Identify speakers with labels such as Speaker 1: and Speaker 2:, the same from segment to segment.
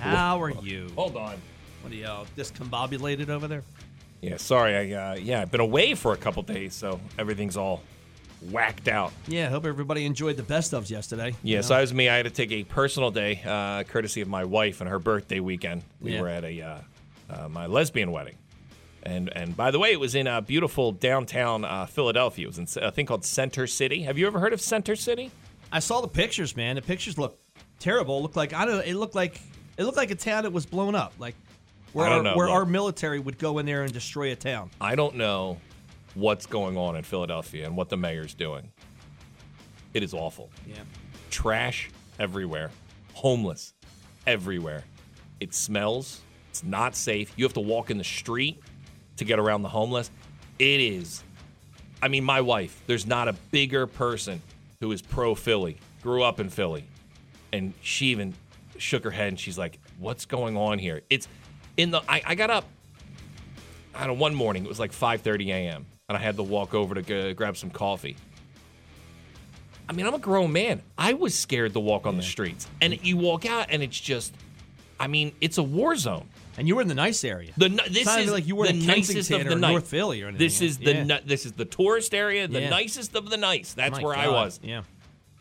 Speaker 1: How are you?
Speaker 2: Hold on.
Speaker 1: What are y'all discombobulated over there?
Speaker 2: Yeah, sorry. I uh, yeah, I've been away for a couple days, so everything's all whacked out.
Speaker 1: Yeah, hope everybody enjoyed the best ofs yesterday.
Speaker 2: Yeah, so that was me. I had to take a personal day, uh, courtesy of my wife and her birthday weekend. We
Speaker 1: Yeah.
Speaker 2: were at a uh, uh, my lesbian wedding, and and by the way, it was in uh, beautiful downtown uh, Philadelphia. It was in s- a thing called Center City. Have you ever heard of Center City?
Speaker 1: I saw the pictures, man. The pictures look terrible. Looked like I don't. It looked like it looked like a town that was blown up. Like where
Speaker 2: I don't
Speaker 1: our,
Speaker 2: know,
Speaker 1: where
Speaker 2: look.
Speaker 1: our military would go in there and destroy a town.
Speaker 2: I don't know what's going on in Philadelphia and what the mayor's doing. It is awful.
Speaker 1: Yeah.
Speaker 2: Trash everywhere, homeless everywhere. It smells. It's not safe. You have to walk in the street to get around the homeless. It is. I mean, my wife, there's not a bigger person who is pro Philly, grew up in Philly. And she even shook her head and she's like, What's going on here? It's in the. I, I got up I don't know, one morning, it was like 5.30 a.m., and I had to walk over to go, grab some coffee. I mean, I'm a grown man. I was scared to walk on the streets. And you walk out, and it's just, I mean, it's a war zone.
Speaker 1: And you were in the nice area.
Speaker 2: The, ni- this
Speaker 1: not
Speaker 2: is
Speaker 1: like you were
Speaker 2: the
Speaker 1: in
Speaker 2: nicest
Speaker 1: Kensington
Speaker 2: of the
Speaker 1: or
Speaker 2: night.
Speaker 1: North Philly or anything.
Speaker 2: This is the
Speaker 1: Yeah.
Speaker 2: ni- this is the tourist area, the
Speaker 1: Yeah.
Speaker 2: nicest of the nice. That's
Speaker 1: My
Speaker 2: where I
Speaker 1: God,
Speaker 2: was,
Speaker 1: Yeah.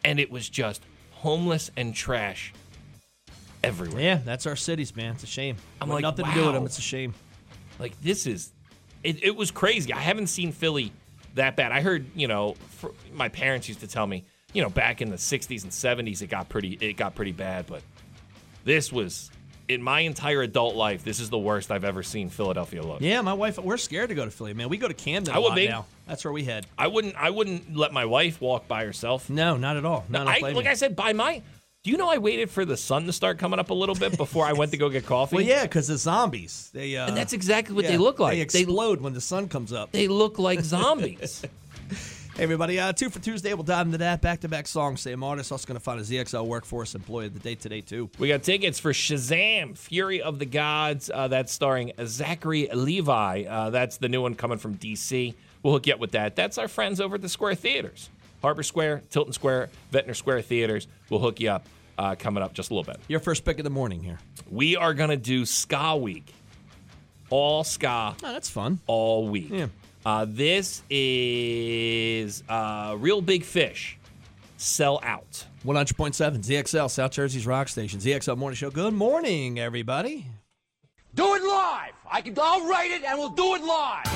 Speaker 2: and it was just homeless and trash everywhere.
Speaker 1: Yeah, that's our cities, man. It's a shame.
Speaker 2: I'm
Speaker 1: Got
Speaker 2: like,
Speaker 1: nothing to do with them.
Speaker 2: wow.
Speaker 1: It's a shame.
Speaker 2: Like this is, it, it was crazy. I haven't seen Philly that bad. I heard, you know, fr my parents used to tell me, you know, back in the '60s and '70s, it got pretty, it got pretty bad. But this was, in my entire adult life, this is the worst I've ever seen Philadelphia look.
Speaker 1: Yeah, my wife. We're scared to go to Philly, man. We go to Camden
Speaker 2: I
Speaker 1: a
Speaker 2: would
Speaker 1: lot
Speaker 2: be.
Speaker 1: now. That's where we head.
Speaker 2: I wouldn't, I wouldn't let my wife walk by herself.
Speaker 1: No, not at all. No,
Speaker 2: I, like I said, by my, do you know I waited for the sun to start coming up a little bit before I went to go get coffee?
Speaker 1: Well, yeah, because the zombies. They. Uh,
Speaker 2: and that's exactly what
Speaker 1: yeah,
Speaker 2: they look like.
Speaker 1: They
Speaker 2: They,
Speaker 1: explode when the sun comes up.
Speaker 2: they look like zombies.
Speaker 1: Hey everybody, uh, two for Tuesday. We'll dive into that back-to-back song. Sam artist also going to find a ZXL workforce employee of the day today too.
Speaker 2: We got tickets for Shazam, Fury of the Gods. Uh, that's starring Zachary Levi. Uh, that's the new one coming from DC. We'll hook you up with that. That's our friends over at the Square Theaters Harbor Square, Tilton Square, Ventnor Square Theaters. We'll hook you up uh, coming up just a little bit.
Speaker 1: Your first pick of the morning here.
Speaker 2: We are going to do Ska Week, all Ska
Speaker 1: Oh, that's fun.
Speaker 2: all week.
Speaker 1: Yeah.
Speaker 2: Uh, this is uh, Real Big Fish, Sell Out.
Speaker 1: One hundred point seven ZXL South Jersey's rock station ZXL Morning Show. Good morning, everybody.
Speaker 3: Do it live. I can. I'll write it, and we'll do it live.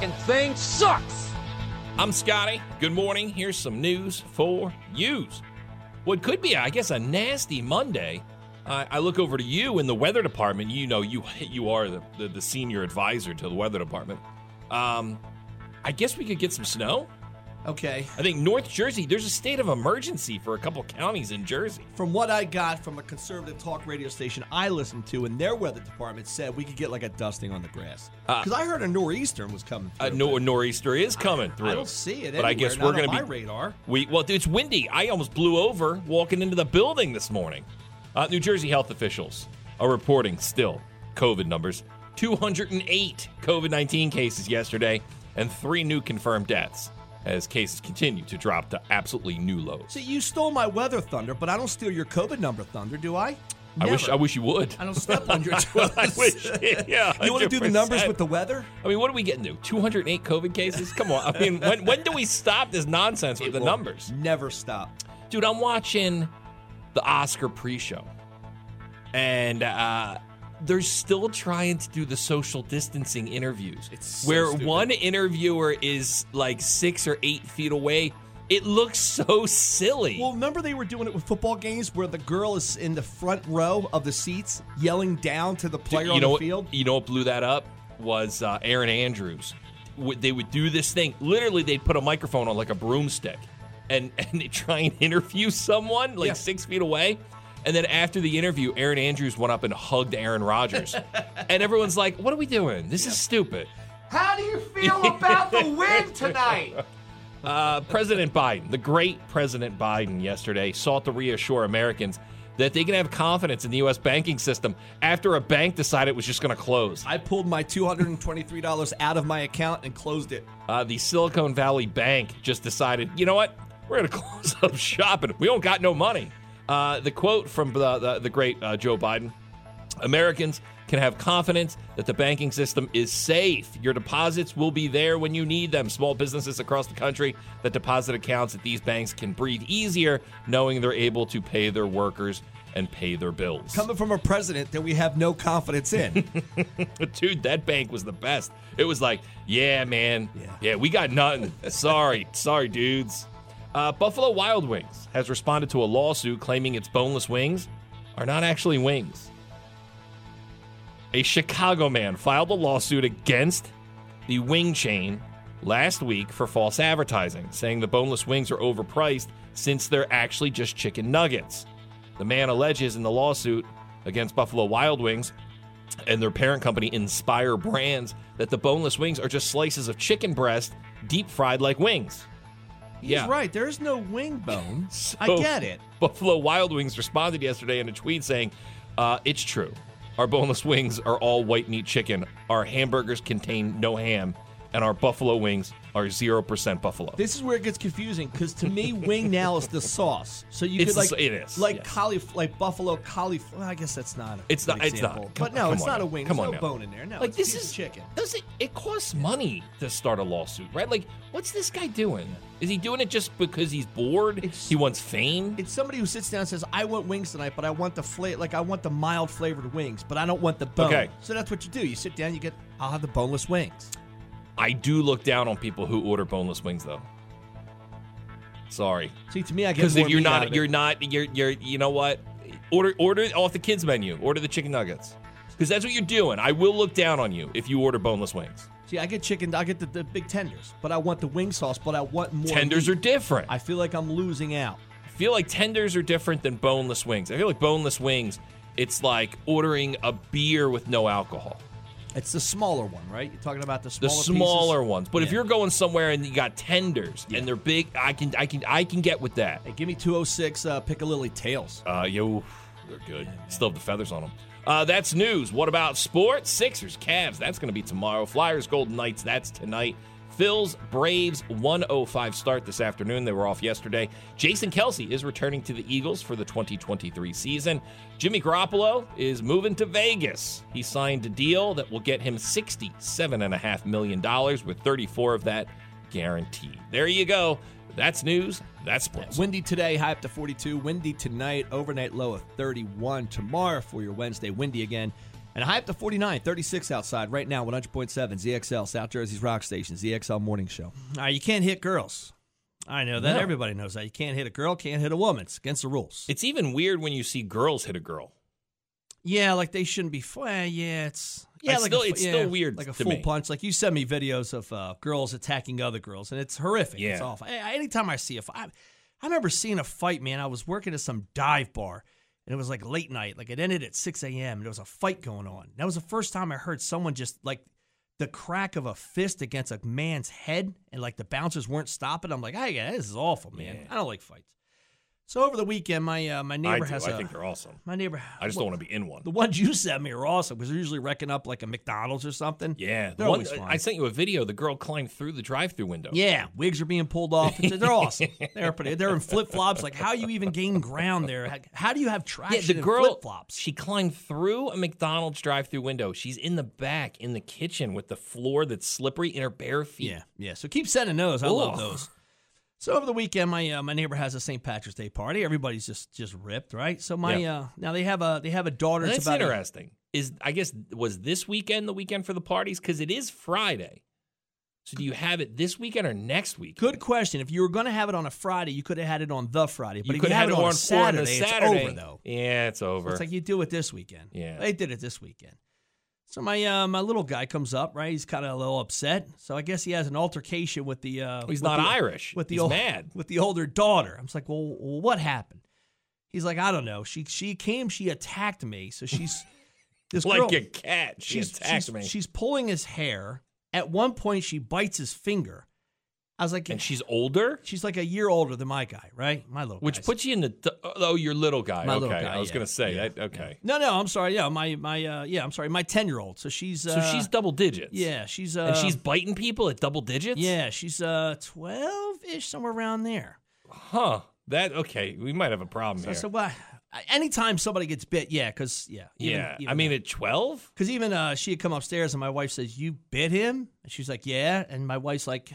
Speaker 3: And thing sucks.
Speaker 2: I'm Scotty. Good morning. Here's some news for yous. What could be, I guess, a nasty Monday. I I look over to you in the weather department. You know, you you are the, the, the senior advisor to the weather department. Um, I guess we could get some snow.
Speaker 1: Okay.
Speaker 2: I think North Jersey, there's a state of emergency for a couple counties in Jersey.
Speaker 1: From what I got from a conservative talk radio station I listened to, and their weather department said we could get like a dusting on the grass
Speaker 2: Uh,
Speaker 1: because I heard a nor'eastern was coming. Through,
Speaker 2: A Uh, nor- nor'easter is coming through.
Speaker 1: I don't see it.
Speaker 2: but I guess
Speaker 1: anywhere,
Speaker 2: we're
Speaker 1: not
Speaker 2: going
Speaker 1: on
Speaker 2: to be
Speaker 1: my radar.
Speaker 2: We well, dude, it's windy. I almost blew over walking into the building this morning. Uh, New Jersey health officials are reporting still COVID numbers 208 COVID 19 cases yesterday and three new confirmed deaths as cases continue to drop to absolutely new lows.
Speaker 1: See, you stole my weather thunder, but I don't steal your COVID number thunder, do I?
Speaker 2: I wish
Speaker 1: Never.
Speaker 2: I wish you would.
Speaker 1: I don't step on your toes.
Speaker 2: I wish. Yeah.
Speaker 1: You want to do the numbers
Speaker 2: 100%.
Speaker 1: with the weather?
Speaker 2: I mean, what are we getting to? 208 COVID cases? Come on. I mean, when, when do we stop this nonsense with the
Speaker 1: will
Speaker 2: numbers?
Speaker 1: Never stop.
Speaker 2: Dude, I'm watching the Oscar pre show, and uh, they're still trying to do the social distancing interviews. It's
Speaker 4: so
Speaker 2: where
Speaker 4: stupid.
Speaker 2: one interviewer is like six or eight feet away. It looks so silly.
Speaker 1: Well, remember they were doing it with football games where the girl is in the front row of the seats yelling down to the player
Speaker 2: you
Speaker 1: on
Speaker 2: know
Speaker 1: the
Speaker 2: what,
Speaker 1: field?
Speaker 2: You know what blew that up was uh, Aaron Andrews. Would- They would do this thing. Literally, they'd put a microphone on like a broomstick, and and they try and interview someone like
Speaker 1: Yeah.
Speaker 2: six feet away. And then after the interview, Aaron Andrews went up and hugged Aaron Rodgers, and everyone's like, "What are we doing? This is stupid."
Speaker 3: How do you feel about the win tonight?
Speaker 2: Uh, President Biden, the great President Biden, yesterday sought to reassure Americans that they can have confidence in the U.S. banking system after a bank decided it was just going to close.
Speaker 1: I pulled my $223 out of my account and closed it.
Speaker 2: uh, the Silicon Valley Bank just decided, you know what? We're going to close up shop and we don't got no money. Uh, the quote from the, the, the great uh, Joe Biden Americans can have confidence that the banking system is safe. Your deposits will be there when you need them. Small businesses across the country that deposit accounts at these banks can breathe easier knowing they're able to pay their workers and pay their bills.
Speaker 1: Coming from a president that we have no confidence in.
Speaker 2: Dude, that bank was the best. It was like, yeah, man. Yeah, we got nothing. sorry. Sorry, dudes. Uh, Buffalo Wild Wings has responded to a lawsuit claiming its boneless wings are not actually wings. A Chicago man filed a lawsuit against the wing chain last week for false advertising, saying the boneless wings are overpriced since they're actually just chicken nuggets. The man alleges in the lawsuit against Buffalo Wild Wings and their parent company, Inspire Brands, that the boneless wings are just slices of chicken breast deep fried like wings.
Speaker 1: He's right. There's no wing bone. I
Speaker 2: So,
Speaker 1: get it.
Speaker 2: Buffalo Wild Wings responded yesterday in a tweet saying, uh, It's true. Our boneless wings are all white meat chicken. Our hamburgers contain no ham. And our buffalo wings are 0% buffalo.
Speaker 1: This is where it gets confusing because to me, wing now is the sauce. So you
Speaker 2: It's
Speaker 1: could like
Speaker 2: the- it is,
Speaker 1: like
Speaker 2: yes.
Speaker 1: cauliflower, like buffalo cauliflower. I guess that's not. A
Speaker 2: It's
Speaker 1: good
Speaker 2: not- it's not.
Speaker 1: example.
Speaker 2: Come-
Speaker 1: But no,
Speaker 2: come
Speaker 1: it's
Speaker 2: on
Speaker 1: not
Speaker 2: now.
Speaker 1: a wing.
Speaker 2: Come
Speaker 1: There's
Speaker 2: on
Speaker 1: no
Speaker 2: now.
Speaker 1: bone in there. No,
Speaker 2: Like,
Speaker 1: it's
Speaker 2: this
Speaker 1: piece of
Speaker 2: is-
Speaker 1: chicken.
Speaker 2: Does it? It costs money to start a lawsuit, right? Like, what's this guy doing? Is he doing it just because he's bored? he wants fame?
Speaker 1: It's somebody who sits down and says, "I want wings tonight, but I want the fla- like I want the mild flavored wings, but I don't want the bone."
Speaker 2: Okay.
Speaker 1: So that's what you do. You sit down, you get, "I'll have the boneless wings."
Speaker 2: I do look down on people who order boneless wings, though. Sorry,
Speaker 1: See, to me, I get
Speaker 2: because
Speaker 1: more
Speaker 2: if you're
Speaker 1: meat out of
Speaker 2: not,
Speaker 1: it.
Speaker 2: you're not, you're, you're, you know what? Order, order off the kids menu. Order the chicken nuggets, because that's what you're doing. I will look down on you if you order boneless wings.
Speaker 1: See, I get chicken. I get the, the big tenders, but I want the wing sauce. But I want more.
Speaker 2: Tenders
Speaker 1: meat.
Speaker 2: are different.
Speaker 1: I feel like I'm losing out.
Speaker 2: I feel like tenders are different than boneless wings. I feel like boneless wings, it's like ordering a beer with no alcohol.
Speaker 1: It's the smaller one, right? You're talking about the
Speaker 2: the
Speaker 1: smaller
Speaker 2: smaller
Speaker 1: pieces?
Speaker 2: ones. But if
Speaker 1: Yeah.
Speaker 2: you're going somewhere and you got tenders and they're big, I can I can I can get with that.
Speaker 1: Hey, give me 206 uh, Piccalilli tails.
Speaker 2: Uh, yo, they're good. Still have the feathers on them. Uh, that's news. What about sports? Sixers, Cavs. That's going to be tomorrow. Flyers, Golden Knights. That's tonight. Phil's Braves 105 start this afternoon. They were off yesterday. Jason Kelsey is returning to the Eagles for the 2023 season. Jimmy Garoppolo is moving to Vegas. He signed a deal that will get him $67.5 million, with 34 of that guaranteed. There you go. That's news. That's sports.
Speaker 1: Windy today, high up to 42. Windy tonight, overnight low of 31. Tomorrow for your Wednesday, windy again. And high up to 49, 36 outside right now, 100.7, ZXL, South Jersey's Rock Station, ZXL Morning Show. All right, Ah, you can't hit girls. I know that.
Speaker 2: No.
Speaker 1: Everybody knows that. You can't hit a girl, can't hit a woman. It's against the rules.
Speaker 2: It's even weird when you see girls hit a girl.
Speaker 1: Yeah, like they shouldn't be. f- eh, yeah, it's yeah,
Speaker 2: It's
Speaker 1: like
Speaker 2: still-
Speaker 1: a, fu-
Speaker 2: it's still
Speaker 1: yeah,
Speaker 2: weird
Speaker 1: like a
Speaker 2: to
Speaker 1: full
Speaker 2: me.
Speaker 1: punch. Like you send me videos of uh, girls attacking other girls, and it's horrific. It's
Speaker 2: Yeah.
Speaker 1: awful. A- Anytime I see a fight, I remember seeing a fight. Man, I was working at some dive bar, and it was like late night. Like it ended at six a.m. and there was a fight going on. That was the first time I heard someone just like the crack of a fist against a man's head, and like the bouncers weren't stopping. I'm like, hey, yeah, this is awful, man. I don't like fights. So over the weekend, my uh, my neighbor
Speaker 2: I do.
Speaker 1: has.
Speaker 2: I
Speaker 1: a-
Speaker 2: think they're awesome.
Speaker 1: My neighbor.
Speaker 2: I just don't want to be in one.
Speaker 1: The ones you sent me are awesome because they're usually wrecking up like a McDonald's or something.
Speaker 2: Yeah, the
Speaker 1: they're
Speaker 2: one- uh,
Speaker 1: always fun.
Speaker 2: I sent you a video. The girl climbed through the drive-through window.
Speaker 1: yeah, wigs are being pulled off. It's- They're awesome. They're pretty. They're in flip flops. Like how you even gain ground there? How, how do you have traction?
Speaker 2: Yeah, the
Speaker 1: in
Speaker 2: girl
Speaker 1: flip flops.
Speaker 2: She climbed through a McDonald's drive-through window. She's in the back in the kitchen with the floor that's slippery in her bare feet.
Speaker 1: Yeah, yeah. So keep sending those. I love
Speaker 2: Ugh.
Speaker 1: those. So over the weekend, my uh, my neighbor has a St. Patrick's Day party. Everybody's just just ripped, right? So my
Speaker 2: Yeah.
Speaker 1: uh, now they have a they have a daughter.
Speaker 2: That's
Speaker 1: it's about a-
Speaker 2: interesting. Is I guess was this weekend the weekend for the parties because it is Friday. So do you have it this weekend or next week?
Speaker 1: Good question. If you were going to have it on a Friday, you could have had it on the Friday. But
Speaker 2: you
Speaker 1: if
Speaker 2: could
Speaker 1: you
Speaker 2: have it
Speaker 1: on, a
Speaker 2: for on
Speaker 1: Saturday,
Speaker 2: a
Speaker 1: It's over
Speaker 2: Saturday.
Speaker 1: though.
Speaker 2: Yeah, it's
Speaker 1: So
Speaker 2: over.
Speaker 1: it's like you do it this weekend.
Speaker 2: Yeah.
Speaker 1: they did it this weekend. So my uh, my little guy comes up, right? He's kind of a little upset. So I guess he has an altercation with the. Uh,
Speaker 2: He's
Speaker 1: with
Speaker 2: not
Speaker 1: the-
Speaker 2: Irish.
Speaker 1: With the
Speaker 2: He's
Speaker 1: ol-
Speaker 2: mad.
Speaker 1: with the older daughter. I'm just like, well, what happened? He's like, I don't know. She she came, she attacked me. So she's this
Speaker 2: like
Speaker 1: girl-
Speaker 2: a cat. She
Speaker 1: she's,
Speaker 2: attacked
Speaker 1: she's-
Speaker 2: me.
Speaker 1: She's pulling his hair. At one point, she bites his finger. I was like,
Speaker 2: and she's older,
Speaker 1: she's like a year older than my guy, right? My little
Speaker 2: which
Speaker 1: guy's-
Speaker 2: puts you in the th- oh, your little guy.
Speaker 1: My
Speaker 2: okay,
Speaker 1: little guy,
Speaker 2: I was
Speaker 1: yeah.
Speaker 2: gonna say
Speaker 1: Yeah,
Speaker 2: that. Okay,
Speaker 1: No, no, I'm sorry. Yeah, my my uh, yeah, I'm sorry. My ten year old. So she's uh,
Speaker 2: so she's double digits.
Speaker 1: yeah, she's uh,
Speaker 2: and she's biting people at double digits.
Speaker 1: yeah, she's uh, twelve ish, somewhere around there.
Speaker 2: huh? That okay? We might have a problem
Speaker 1: So I
Speaker 2: here.
Speaker 1: said, well, I- anytime somebody gets bit, yeah, because yeah, even-
Speaker 2: yeah,
Speaker 1: even
Speaker 2: I mean at twelve.
Speaker 1: Because even uh, she had come upstairs and my wife says, You bit him? And she's like, Yeah. And my wife's like,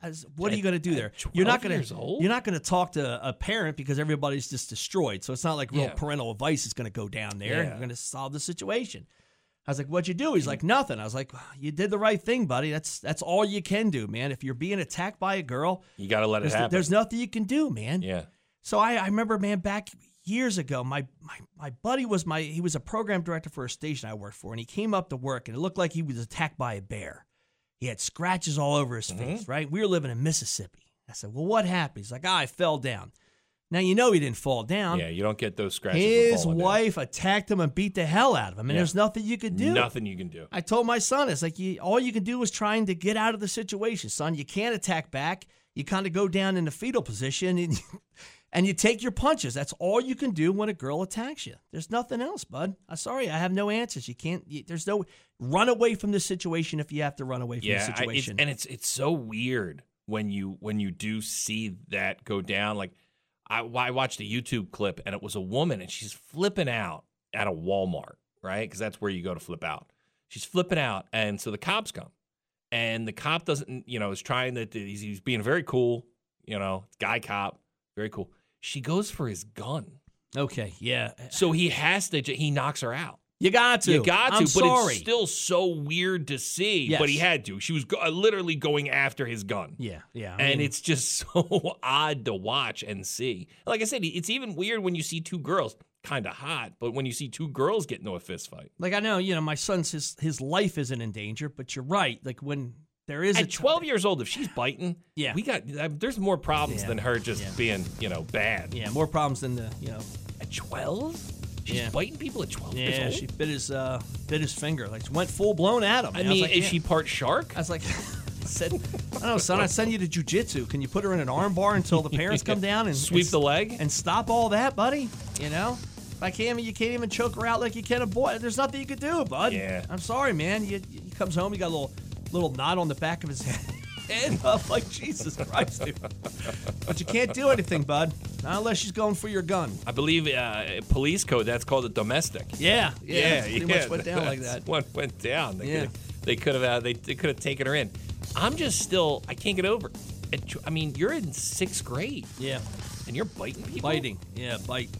Speaker 1: I was- What are you
Speaker 2: At-
Speaker 1: going to do
Speaker 2: at
Speaker 1: there? You're not
Speaker 2: 12
Speaker 1: going
Speaker 2: years
Speaker 1: to
Speaker 2: old?
Speaker 1: you're not going to talk to a parent because everybody's just destroyed. So it's not like real
Speaker 2: Yeah.
Speaker 1: parental advice is going to go down there. and
Speaker 2: Yeah.
Speaker 1: You're going to solve the situation. I was like, "What'd you do?" He's like, "Nothing." I was like, "You did the right thing, buddy. That's that's all you can do, man. If you're being attacked by a girl,
Speaker 2: You got to let
Speaker 1: there's,
Speaker 2: it happen.
Speaker 1: there's nothing you can do, man."
Speaker 2: yeah.
Speaker 1: So I, I remember, man, back years ago, my, my my buddy was my he was a program director for a station I worked for, and he came up to work, and it looked like he was attacked by a bear. He had scratches all over
Speaker 2: Mm-hmm.
Speaker 1: his face. Right, we were living in Mississippi. I said, "Well, what happened?" He's like, "Ah, "I fell down." Now you know he didn't fall down.
Speaker 2: Yeah, you don't get those scratches. from
Speaker 1: His
Speaker 2: falling down.
Speaker 1: wife attacked him and beat the hell out of him, and
Speaker 2: Yeah.
Speaker 1: there's nothing you could do.
Speaker 2: Nothing you can do.
Speaker 1: I told my son, it's like you, all you can do is trying to get out of the situation, son. You can't attack back. You kind of go down in the fetal position and, and you take your punches. That's all you can do when a girl attacks you. There's nothing else, bud. I'm sorry, I have no answers. You can't. You, there's no run away from the situation if you have to run away from
Speaker 2: yeah,
Speaker 1: the
Speaker 2: I- it's,
Speaker 1: situation.
Speaker 2: and it's it's so weird when you when you do see that go down. Like I, I watched a YouTube clip and it was a woman and she's flipping out at a Walmart, right? Because that's where you go to flip out. She's flipping out, and so the cops come, and the cop doesn't, you know, is trying to. He's, he's being very cool, you know, guy cop, very cool. She goes for his gun,
Speaker 1: okay, yeah,
Speaker 2: so he has to. j- He knocks her out.
Speaker 1: you got to.
Speaker 2: You got to,
Speaker 1: I'm
Speaker 2: but
Speaker 1: sorry.
Speaker 2: it's still so weird to see.
Speaker 1: Yes.
Speaker 2: But he had to. She was go- uh, literally going after his gun.
Speaker 1: yeah, yeah, I
Speaker 2: And
Speaker 1: mean,
Speaker 2: it's just so odd to watch and see. Like I said, it's even weird when you see two girls, kind of hot, but when you see two girls get into a fist fight.
Speaker 1: like I know, you know, my son's his his life isn't in danger, but you're right. Like when there is a
Speaker 2: At 12 years old, if she's biting,
Speaker 1: Yeah.
Speaker 2: we got uh, there's more problems
Speaker 1: Yeah.
Speaker 2: than her just
Speaker 1: Yeah.
Speaker 2: being, you know, bad.
Speaker 1: yeah, more problems than the you know
Speaker 2: At 12? She's
Speaker 1: Yeah.
Speaker 2: biting people at 12 years
Speaker 1: Yeah,
Speaker 2: old?
Speaker 1: she bit his uh, bit his finger. Like went full blown at him.
Speaker 2: I
Speaker 1: And
Speaker 2: mean,
Speaker 1: was like,
Speaker 2: is
Speaker 1: yeah.
Speaker 2: she part shark?
Speaker 1: I was like, I said, I don't know, son. I send you to jujitsu. Can you put her in an arm bar until the parents come down and
Speaker 2: Sweep the leg?
Speaker 1: and stop all that, buddy? You know, if I can't, you can't even choke her out like you can a boy. There's nothing you could do, bud.
Speaker 2: Yeah.
Speaker 1: I'm sorry, man. You, you- he comes home, you got a little little knot on the back of his head. And I'm like, Jesus Christ, dude. But you can't do anything, bud. Not unless she's going for your gun.
Speaker 2: I believe uh, police code, that's called a domestic.
Speaker 1: Yeah. Yeah. pretty much went down like
Speaker 2: that's
Speaker 1: that.
Speaker 2: What went down? They
Speaker 1: Yeah.
Speaker 2: could they could have uh, they, they could have taken her in. I'm just still I can't get over. it. At tw- I mean, you're in sixth grade
Speaker 1: Yeah.
Speaker 2: and you're biting people.
Speaker 1: Biting. Yeah, bite.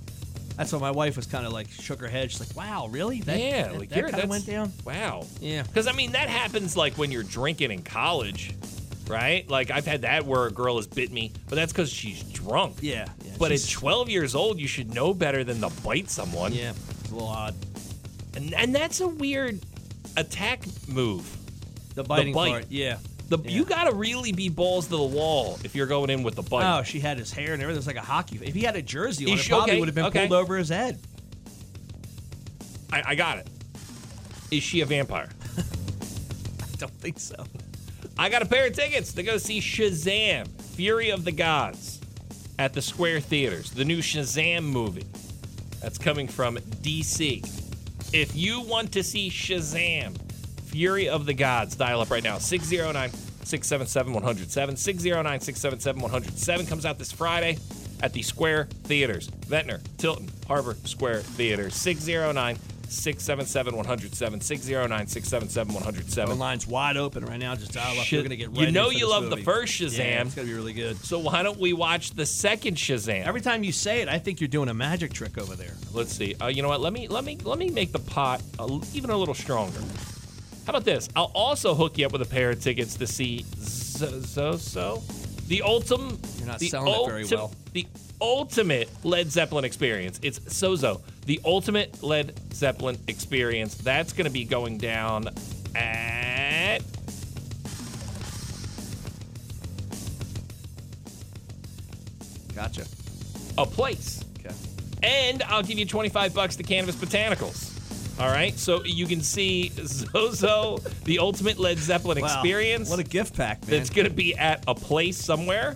Speaker 1: That's why my wife was kind of like shook her head. She's like, "Wow, really? That,
Speaker 2: yeah,
Speaker 1: that,
Speaker 2: like
Speaker 1: that
Speaker 2: you're-
Speaker 1: kind of
Speaker 2: that's-
Speaker 1: went down."
Speaker 2: Wow.
Speaker 1: Yeah.
Speaker 2: Because I mean, that happens like when you're drinking in college, right? Like I've had that where a girl has bit me, but that's because she's drunk.
Speaker 1: Yeah, yeah,
Speaker 2: but at
Speaker 1: she's-
Speaker 2: 12 years old, you should know better than to bite someone.
Speaker 1: Yeah, it's a little odd.
Speaker 2: And, and that's a weird attack move.
Speaker 1: The biting
Speaker 2: bite.
Speaker 1: part. Yeah.
Speaker 2: The,
Speaker 1: Yeah.
Speaker 2: You got to really be balls to the wall if you're going in with the bite.
Speaker 1: Oh, she had his hair and everything. It was like a hockey. If he had a jersey on,
Speaker 2: Is
Speaker 1: it
Speaker 2: she-
Speaker 1: probably
Speaker 2: okay,
Speaker 1: would have been
Speaker 2: okay.
Speaker 1: pulled over his head.
Speaker 2: I, I got it. Is she a vampire?
Speaker 1: I don't think so.
Speaker 2: I got a pair of tickets to go see Shazam: Fury of the Gods at the Square Theaters, the new Shazam movie. That's coming from DC. If you want to see Shazam, Fury of the Gods, dial up right now 609 677 107. 609 677 107 comes out this Friday at the Square Theaters, Ventnor, Tilton, Harbor Square Theater, 609 677 107. 609 677 107.
Speaker 1: Phone line's wide open right now. Just dial up.
Speaker 2: Shaz-
Speaker 1: We're gonna get
Speaker 2: you
Speaker 1: ready
Speaker 2: know
Speaker 1: for
Speaker 2: you
Speaker 1: this
Speaker 2: love
Speaker 1: movie.
Speaker 2: the first Shazam.
Speaker 1: Yeah, it's gonna be really good.
Speaker 2: So why don't we watch the second Shazam?
Speaker 1: Every time you say it, I think you're doing a magic trick over there.
Speaker 2: Let's see. Uh, you know what? Let me let me let me make the pot a l even a little stronger. How about this? I'll also hook you up with a pair of tickets to see Zozo, the ultimate.
Speaker 1: You're not
Speaker 2: the
Speaker 1: selling it very well.
Speaker 2: The ultimate Led Zeppelin experience. It's Sozo, the ultimate Led Zeppelin experience. That's going to be going down at
Speaker 1: Gotcha.
Speaker 2: a place.
Speaker 1: Okay.
Speaker 2: and I'll give you 25 bucks to Cannabis Botanicals. All right, so you can see Zozo, the ultimate Led Zeppelin
Speaker 1: Wow,
Speaker 2: experience.
Speaker 1: What a gift pack, man.
Speaker 2: that's going to be at a place somewhere,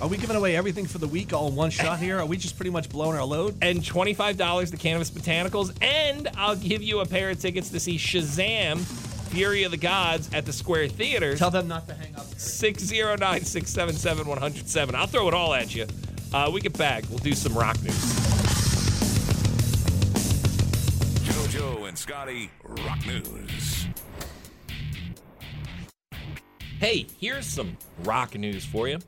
Speaker 1: Are we giving away everything for the week all in one shot here? Are we just pretty much blowing our load?
Speaker 2: and $25 to Cannabis Botanicals, and I'll give you a pair of tickets to see Shazam, Fury of the Gods at the Square Theaters.
Speaker 1: Tell them not to hang up.
Speaker 2: 609 677 107. I'll throw it all at you. Uh, we get back. We'll do some rock news.
Speaker 4: JoJo and Scotty Rock News.
Speaker 2: Hey, here's some rock news for you.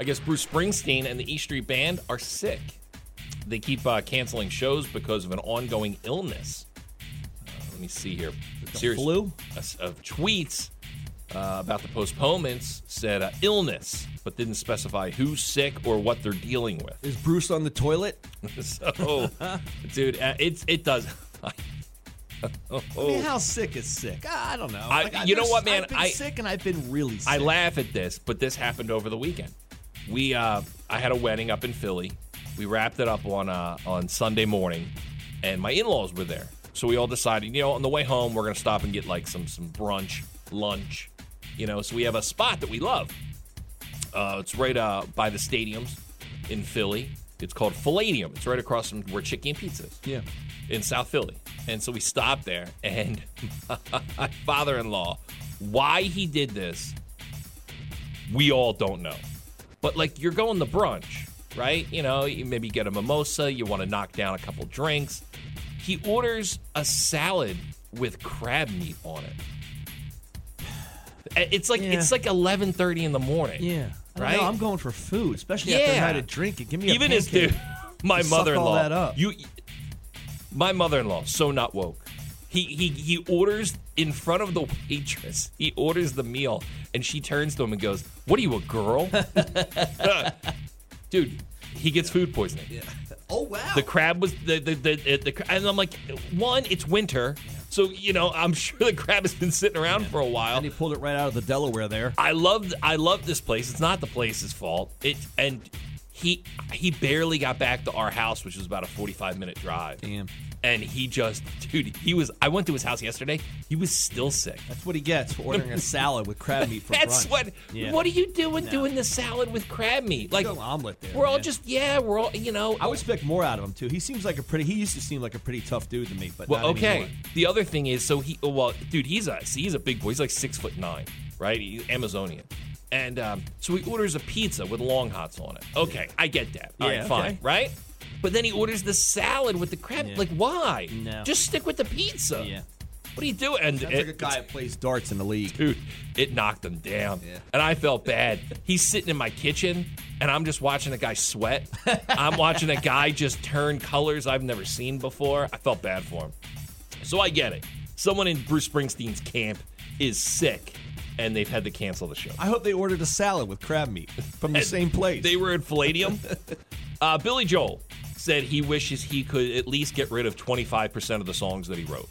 Speaker 2: I guess Bruce Springsteen and the E Street Band are sick. They keep uh, canceling shows because of an ongoing illness. Uh, let me see here. Series
Speaker 1: flu?
Speaker 2: of- of tweets uh, about the postponements said uh, illness, but didn't specify who's sick or what they're dealing with.
Speaker 1: Is Bruce on the toilet?
Speaker 2: so, dude, uh, it's it does.
Speaker 1: I mean, how sick is sick? I I don't know.
Speaker 2: Oh. I- you know
Speaker 1: there's-
Speaker 2: what, man?
Speaker 1: I've been
Speaker 2: I-
Speaker 1: sick and I've been really sick.
Speaker 2: I laugh at this, but this happened over the weekend. We uh, I had a wedding up in Philly. We wrapped it up on uh, on Sunday morning, and my in-laws were there. So we all decided, you know, on the way home, we're gonna stop and get like some some brunch, lunch, you know. So we have a spot that we love. Uh, it's right uh, by the stadiums in Philly. It's called Palladium. It's right across from where Chicky and Pizza is
Speaker 1: Yeah.
Speaker 2: in South Philly. And so we stopped there, and my father in law, why he did this, we all don't know. But like, you're going to brunch, right? You know, you maybe get a mimosa, you want to knock down a couple drinks. He orders a salad with crab meat on it. It's like
Speaker 1: Yeah.
Speaker 2: it's like 11:30 in the morning.
Speaker 1: Yeah. I don't
Speaker 2: Right?
Speaker 1: know, I'm going for food, especially after I
Speaker 2: Yeah.
Speaker 1: had a drink. Give me a
Speaker 2: even as
Speaker 1: pancake.
Speaker 2: dude, my
Speaker 1: Just suck all
Speaker 2: mother-in-law.
Speaker 1: that up.
Speaker 2: You, my mother-in-law, so not woke. He he he orders in front of the waitress. He orders the meal, and she turns to him and goes, "What are you, a girl, dude?" He gets food poisoning.
Speaker 1: Oh wow.
Speaker 2: The crab was the the, the the the and I'm like, one, it's winter, so you know I'm sure the crab has been sitting around for a while.
Speaker 1: and he pulled it right out of the Delaware there.
Speaker 2: I love I love this place. It's not the place's fault. It and he he barely got back to our house, which was about a 45 minute drive.
Speaker 1: Damn.
Speaker 2: And he just dude, he was I went to his house yesterday. He was still sick.
Speaker 1: That's what he gets for ordering a salad with crab meat for
Speaker 2: That's
Speaker 1: brunch.
Speaker 2: what
Speaker 1: Yeah.
Speaker 2: what are you doing doing the salad with crab meat? Like
Speaker 1: an omelet there,
Speaker 2: We're all
Speaker 1: man.
Speaker 2: just yeah, we're all you know
Speaker 1: I would expect more out of him too. He seems like a pretty. He used to seem like a pretty tough dude to me, but
Speaker 2: Well,
Speaker 1: not
Speaker 2: okay.
Speaker 1: anymore.
Speaker 2: The other thing is, so he, oh, well, dude, he's a see, he's a big boy. He's like six foot nine, right? He's Amazonian, and um, so he orders a pizza with long hots on it. Okay, I get that. All right,
Speaker 1: Yeah, okay.
Speaker 2: fine, right? But then he orders the salad with the crab.
Speaker 1: Yeah.
Speaker 2: Like, why?
Speaker 1: No.
Speaker 2: Just stick with the pizza.
Speaker 1: Yeah.
Speaker 2: What do you do? And
Speaker 1: Sounds
Speaker 2: it-
Speaker 1: like a guy that plays darts in the league.
Speaker 2: dude, it knocked him down. And I felt bad. He's sitting in my kitchen and I'm just watching a guy sweat. I'm watching a guy just turn colors I've never seen before. I felt bad for him. So I get it. Someone in Bruce Springsteen's camp is sick and they've had to cancel the show.
Speaker 1: I hope they ordered a salad with crab meat from the same place.
Speaker 2: They were in Palladium. uh, Billy Joel said he wishes he could at least get rid of 25% of the songs that he wrote.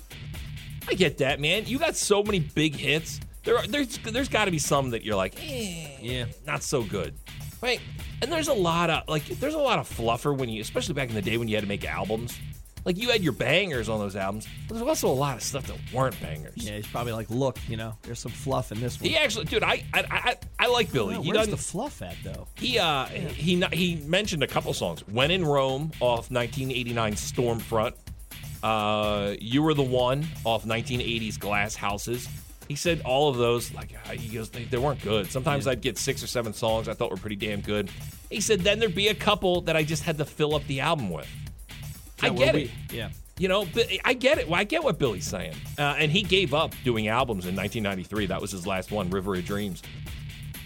Speaker 2: I get that, man. You got so many big hits. There are, there's there's got to be some that you're like, eh,
Speaker 1: Yeah.
Speaker 2: not so good, right? And there's a lot of like, there's a lot of fluffer when you, especially back in the day when you had to make albums. Like you had your bangers on those albums, but there's also a lot of stuff that weren't bangers.
Speaker 1: Yeah, he's probably like, look, you know, there's some fluff in this one.
Speaker 2: He actually, dude, I I, I, I like Billy.
Speaker 1: Wow,
Speaker 2: he
Speaker 1: where's
Speaker 2: doesn't
Speaker 1: the fluff at though?
Speaker 2: He uh he no- he mentioned a couple songs. When in Rome off 1989 Stormfront. Uh, you were the one off 1980s Glass Houses. He said all of those like uh, he goes they, they weren't good. Sometimes I'd get six or seven songs I thought were pretty damn good. He said then there'd be a couple that I just had to fill up the album with. I
Speaker 1: Yeah,
Speaker 2: get
Speaker 1: well,
Speaker 2: it.
Speaker 1: we- yeah.
Speaker 2: You know, but I get it. Well, I get what Billy's saying. Uh, and he gave up doing albums in 1993. That was his last one, River of Dreams.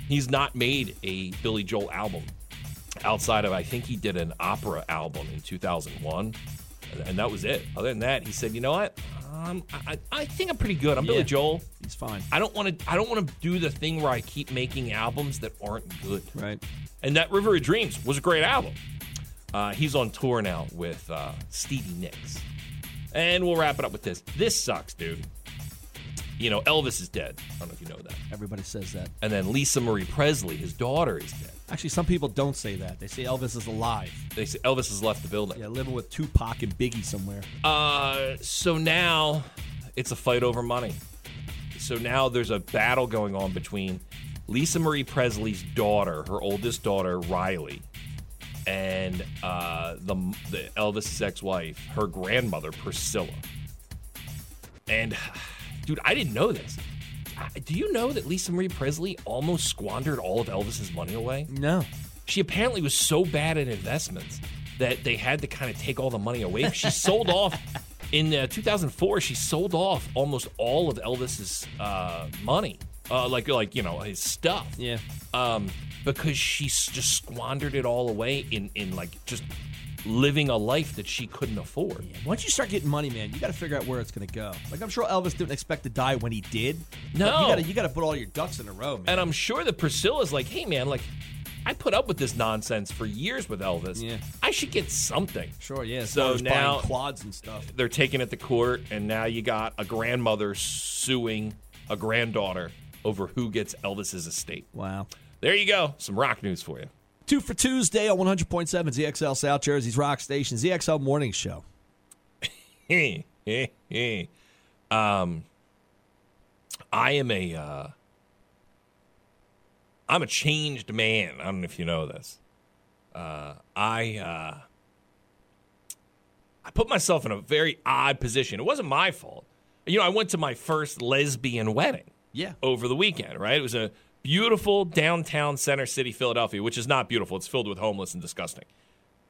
Speaker 2: He's not made a Billy Joel album outside of, I think he did an opera album in 2001. and- And that was it. Other than that, he said, you know what? Um, I, I- I think I'm pretty good. I'm Billy
Speaker 1: Yeah.
Speaker 2: Joel.
Speaker 1: He's fine.
Speaker 2: I don't want to. I don't want to do the thing where I keep making albums that aren't good.
Speaker 1: Right.
Speaker 2: And that River of Dreams was a great album. Uh, he's on tour now with uh, Stevie Nicks, and we'll wrap it up with this. This sucks, dude. You know Elvis is dead. I don't know if you know that.
Speaker 1: Everybody says that.
Speaker 2: And then Lisa Marie Presley, his daughter, is dead.
Speaker 1: Actually, some people don't say that. They say Elvis is alive.
Speaker 2: They say Elvis has left the building.
Speaker 1: Yeah, living with Tupac and Biggie somewhere.
Speaker 2: Uh, so now it's a fight over money. So now there's a battle going on between Lisa Marie Presley's daughter, her oldest daughter, Riley, and uh, the, the Elvis' ex-wife, her grandmother, Priscilla. And, dude, I didn't know this. I- Do you know that Lisa Marie Presley almost squandered all of Elvis's money away?
Speaker 1: No.
Speaker 2: She apparently was so bad at investments that they had to kind of take all the money away. She sold off in uh, 2004. She sold off almost all of Elvis's uh, money, uh, like like you know his stuff.
Speaker 1: Yeah.
Speaker 2: Um, because she s- just squandered it all away in in like just living a life that she couldn't afford.
Speaker 1: Once you start getting money, man, you got to figure out where it's going to go. Like I'm sure Elvis didn't expect to die when he did. but
Speaker 2: No.
Speaker 1: you got to you got to put all your ducks in a row, man.
Speaker 2: And I'm sure that Priscilla's like, hey man, like I put up with this nonsense for years with Elvis.
Speaker 1: Yeah.
Speaker 2: I should get something.
Speaker 1: Sure, yeah. as far
Speaker 2: So
Speaker 1: as buying
Speaker 2: now
Speaker 1: quads and stuff.
Speaker 2: they're taken at the court, and now you got a grandmother suing a granddaughter over who gets Elvis's estate.
Speaker 1: Wow.
Speaker 2: There you go. Some rock news for you.
Speaker 1: Two for Tuesday on 100.7 ZXL South Jersey's Rock Station ZXL Morning Show.
Speaker 2: Eh, eh, eh. um, I am a, uh, I'm a changed man. I don't know if you know this. Uh, I, uh, I put myself in a very odd position. It wasn't my fault. You know, I went to my first lesbian wedding.
Speaker 1: Yeah.
Speaker 2: over the weekend, right? It was a beautiful downtown center city, Philadelphia, which is not beautiful. It's filled with homeless and disgusting.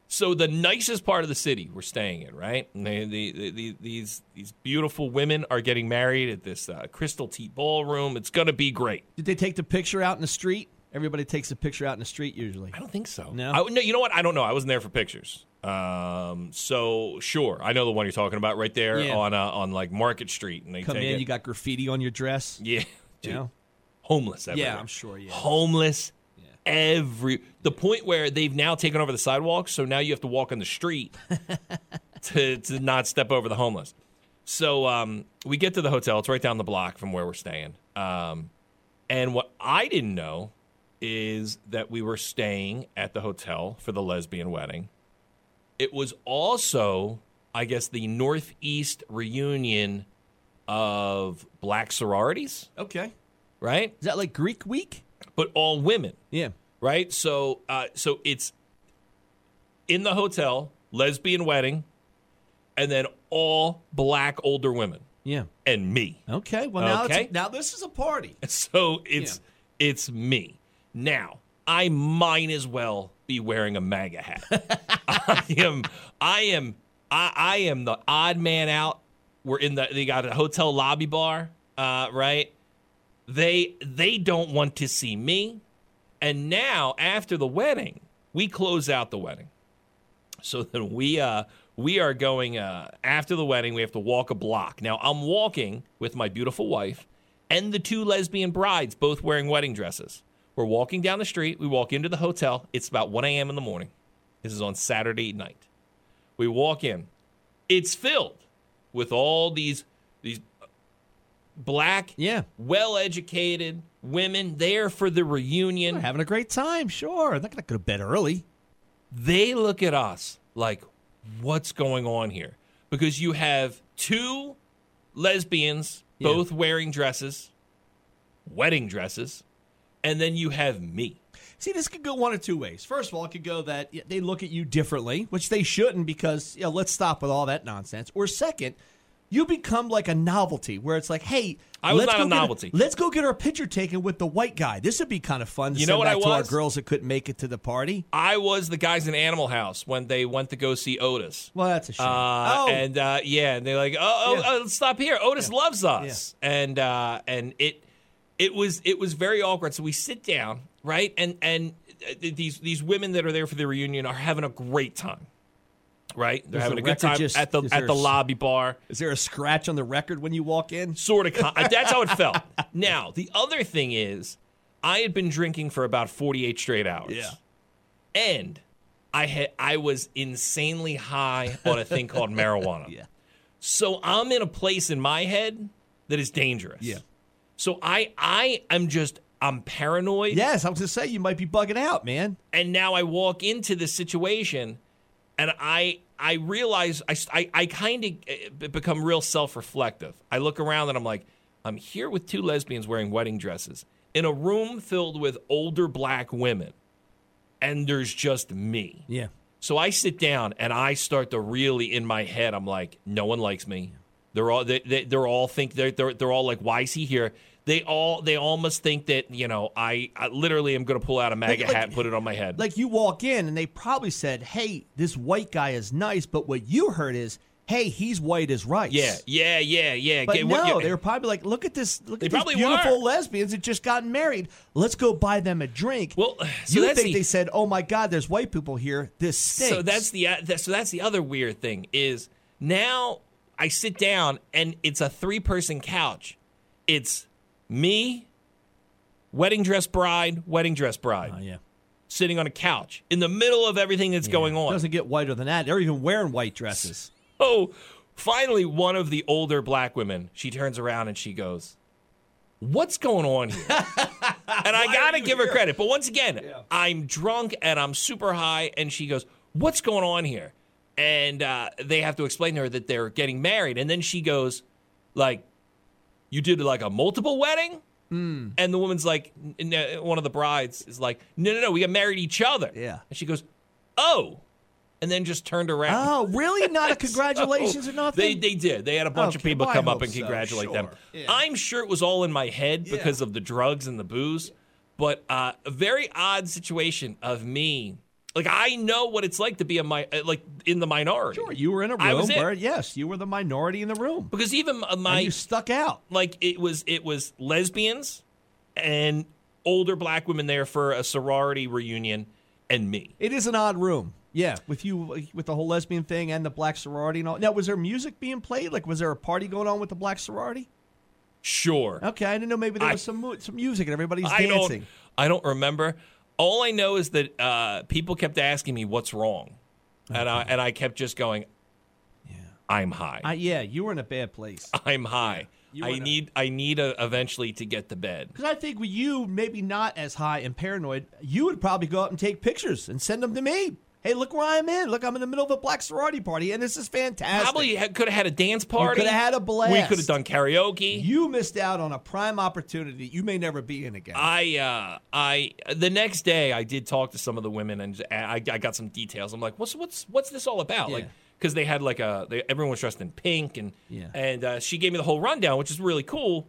Speaker 2: So the nicest part of the city we're staying in, right? And they, the the the- these these beautiful women are getting married at this uh, Crystal Tea Ballroom. It's gonna be great.
Speaker 1: Did they take the picture out in the street? Everybody takes a picture out in the street usually. I
Speaker 2: don't think so.
Speaker 1: No.
Speaker 2: I, no, you know what? I don't know. I wasn't there for pictures. Um, so sure, I know the one you're talking about right there
Speaker 1: Yeah.
Speaker 2: on uh, on like Market Street, and they
Speaker 1: Come
Speaker 2: take
Speaker 1: in,
Speaker 2: it.
Speaker 1: you got graffiti on your dress.
Speaker 2: yeah,
Speaker 1: You
Speaker 2: dude,
Speaker 1: know?
Speaker 2: homeless. Everywhere.
Speaker 1: Yeah, I'm sure. Yeah.
Speaker 2: homeless every the point where they've now taken over the sidewalks so now you have to walk on the street to, to not step over the homeless so um, we get to the hotel it's right down the block from where we're staying um, and what i didn't know is that we were staying at the hotel for the lesbian wedding it was also i guess the northeast reunion of black sororities
Speaker 1: Okay.
Speaker 2: right
Speaker 1: Is that like Greek Week?
Speaker 2: but all women
Speaker 1: Yeah.
Speaker 2: right? So, uh, so it's in the hotel, lesbian wedding, and then all black older women
Speaker 1: Yeah.
Speaker 2: and me.
Speaker 1: Okay. Well, now
Speaker 2: Okay.
Speaker 1: It's, now this is a party.
Speaker 2: So it's it's me now. I might as well be wearing a MAGA hat. I am. I am. I, I am the odd man out. We're in the. They got a hotel lobby bar, uh, right? They they don't want to see me. And now after the wedding, we close out the wedding. So then we uh we are going uh after the wedding, we have to walk a block. Now I'm walking with my beautiful wife and the two lesbian brides, both wearing wedding dresses. We're walking down the street, we walk into the hotel, it's about one AM in the morning. This is on Saturday night. We walk in. It's filled with all these these black,
Speaker 1: Yeah.
Speaker 2: well educated women there for the reunion.
Speaker 1: They're having a great time. Sure. They're not going to go to bed early.
Speaker 2: They look at us like, what's going on here? because you have two lesbians
Speaker 1: Yeah.
Speaker 2: both wearing dresses, wedding dresses, and then you have me.
Speaker 1: See, this could go one of two ways. First of all, it could go that yeah, they look at you differently, which they shouldn't because, you know, let's stop with all that nonsense. Or second, you become like a novelty where it's like, hey,
Speaker 2: I was
Speaker 1: let's
Speaker 2: not
Speaker 1: go
Speaker 2: a
Speaker 1: get
Speaker 2: novelty.
Speaker 1: let's go get our picture taken with the white guy. This would be kind of fun to
Speaker 2: You
Speaker 1: send
Speaker 2: know what
Speaker 1: back
Speaker 2: I
Speaker 1: to our
Speaker 2: was?
Speaker 1: girls that couldn't make it to the party.
Speaker 2: I was the guys in Animal House when they went to go see Otis.
Speaker 1: Well, that's a shame.
Speaker 2: Uh,
Speaker 1: Oh.
Speaker 2: And uh, yeah, and they're like, oh, oh,
Speaker 1: Yeah.
Speaker 2: oh, let's stop here. Otis loves us, and uh, and it it was it was very awkward. So we sit down, right, and and uh, th- these these women that are there for the reunion are having a great time, right? They're
Speaker 1: Does
Speaker 2: having
Speaker 1: the
Speaker 2: a good
Speaker 1: record
Speaker 2: time
Speaker 1: just-
Speaker 2: at the
Speaker 1: is
Speaker 2: at
Speaker 1: there
Speaker 2: the
Speaker 1: a s-
Speaker 2: lobby bar.
Speaker 1: Is there a scratch on the record when you walk in?
Speaker 2: Sort of. Con- that's how it felt. Now the other thing is, I had been drinking for about forty eight straight hours.
Speaker 1: Yeah.
Speaker 2: and I had I was insanely high on a thing called marijuana. Yeah. So I'm in a place in my head that is dangerous. Yeah. So I I am just I'm paranoid.
Speaker 1: Yes, I was going to say you might be bugging out, man.
Speaker 2: And now I walk into this situation, and I I realize I I, I kind of become real self reflective. I look around and I'm like, I'm here with two lesbians wearing wedding dresses in a room filled with older black women, and there's just me.
Speaker 1: Yeah.
Speaker 2: So I sit down and I start to really in my head. I'm like, no one likes me. They're all they, they they're all think they're, they're they're all like, why is he here? They all they all must think that you know I, I literally am going to pull out a MAGA
Speaker 1: like-
Speaker 2: hat and put it on my head.
Speaker 1: Like you walk in and they probably said, hey, this white guy is nice, but what you heard is, hey, he's white as rice.
Speaker 2: yeah, yeah, yeah, yeah.
Speaker 1: But
Speaker 2: Get
Speaker 1: no,
Speaker 2: what you-
Speaker 1: they were probably like, "Look at this! Look
Speaker 2: They
Speaker 1: at these
Speaker 2: probably
Speaker 1: beautiful
Speaker 2: were.
Speaker 1: lesbians that just got married. Let's go buy them a drink." Well,
Speaker 2: so
Speaker 1: you
Speaker 2: that's
Speaker 1: think
Speaker 2: the-
Speaker 1: they said, "Oh my God, there's white people here. This stinks."
Speaker 2: So that's the uh, that, so that's the other weird thing is now I sit down and it's a three person couch. It's me, wedding dress bride, wedding dress bride.
Speaker 1: yeah.
Speaker 2: Sitting on a couch in the middle of everything that's going on.
Speaker 1: doesn't get whiter than that. They're even wearing white dresses.
Speaker 2: Oh, finally, one of the older black women. She turns around and she goes, "What's going on here?" and I gotta give her credit. But once again, I'm drunk and I'm super high, and she goes, "What's going on here?" And uh, they have to explain to her that they're getting married, and then she goes, "Like, you did like a multiple wedding?" And the woman's like, n- n- one of the brides is like, "No, no, no, we got married each other." Yeah, and she goes, "Oh." And then just turned around.
Speaker 1: Oh, really? Not a congratulations
Speaker 2: So
Speaker 1: or nothing? Oh,
Speaker 2: They, they did. They had a bunch of
Speaker 1: Okay,
Speaker 2: people
Speaker 1: well, I
Speaker 2: come up
Speaker 1: hope
Speaker 2: and
Speaker 1: so,
Speaker 2: congratulate them.
Speaker 1: sure.
Speaker 2: I'm sure it was all in my head because of the drugs and the booze, but uh, a very odd situation of me. Like I know what it's like to be a mi- uh, like in the minority. Sure,
Speaker 1: you were in a
Speaker 2: I was
Speaker 1: room
Speaker 2: it.
Speaker 1: where, yes, you were the minority in the room.
Speaker 2: because even uh, my
Speaker 1: you stuck out.
Speaker 2: Like it was it was lesbians and older black women there for a sorority reunion and me.
Speaker 1: It is an odd room. Yeah, with you with the whole lesbian thing and the black sorority and all. Now, was there music being played? Like, was there a party going on with the black sorority?
Speaker 2: Sure.
Speaker 1: Okay, I didn't know. Maybe there
Speaker 2: I-
Speaker 1: was some mu- some music and everybody's
Speaker 2: I
Speaker 1: dancing.
Speaker 2: don't. I don't remember. All I know is that uh, people kept asking me what's wrong, and I and I kept just going, "I'm high.
Speaker 1: I, yeah, you were in a bad place.
Speaker 2: I'm high.
Speaker 1: You
Speaker 2: I
Speaker 1: wanna-
Speaker 2: need. I need a, eventually to get to bed."
Speaker 1: Because I think with you, maybe not as high and paranoid, you would probably go out and take pictures and send them to me. Hey, look where I'm in. Look, I'm in the middle of a black sorority party, and this is fantastic.
Speaker 2: Probably ha- could have had a dance party.
Speaker 1: could have had a blast.
Speaker 2: We could have done karaoke.
Speaker 1: You missed out on a prime opportunity you may never be in again.
Speaker 2: I uh, I the next day I did talk to some of the women and I, I got some details. I'm like, what's what's what's this all about? Like, because they had like a they, everyone was dressed in pink and
Speaker 1: Yeah.
Speaker 2: and uh, she gave me the whole rundown, which is really cool.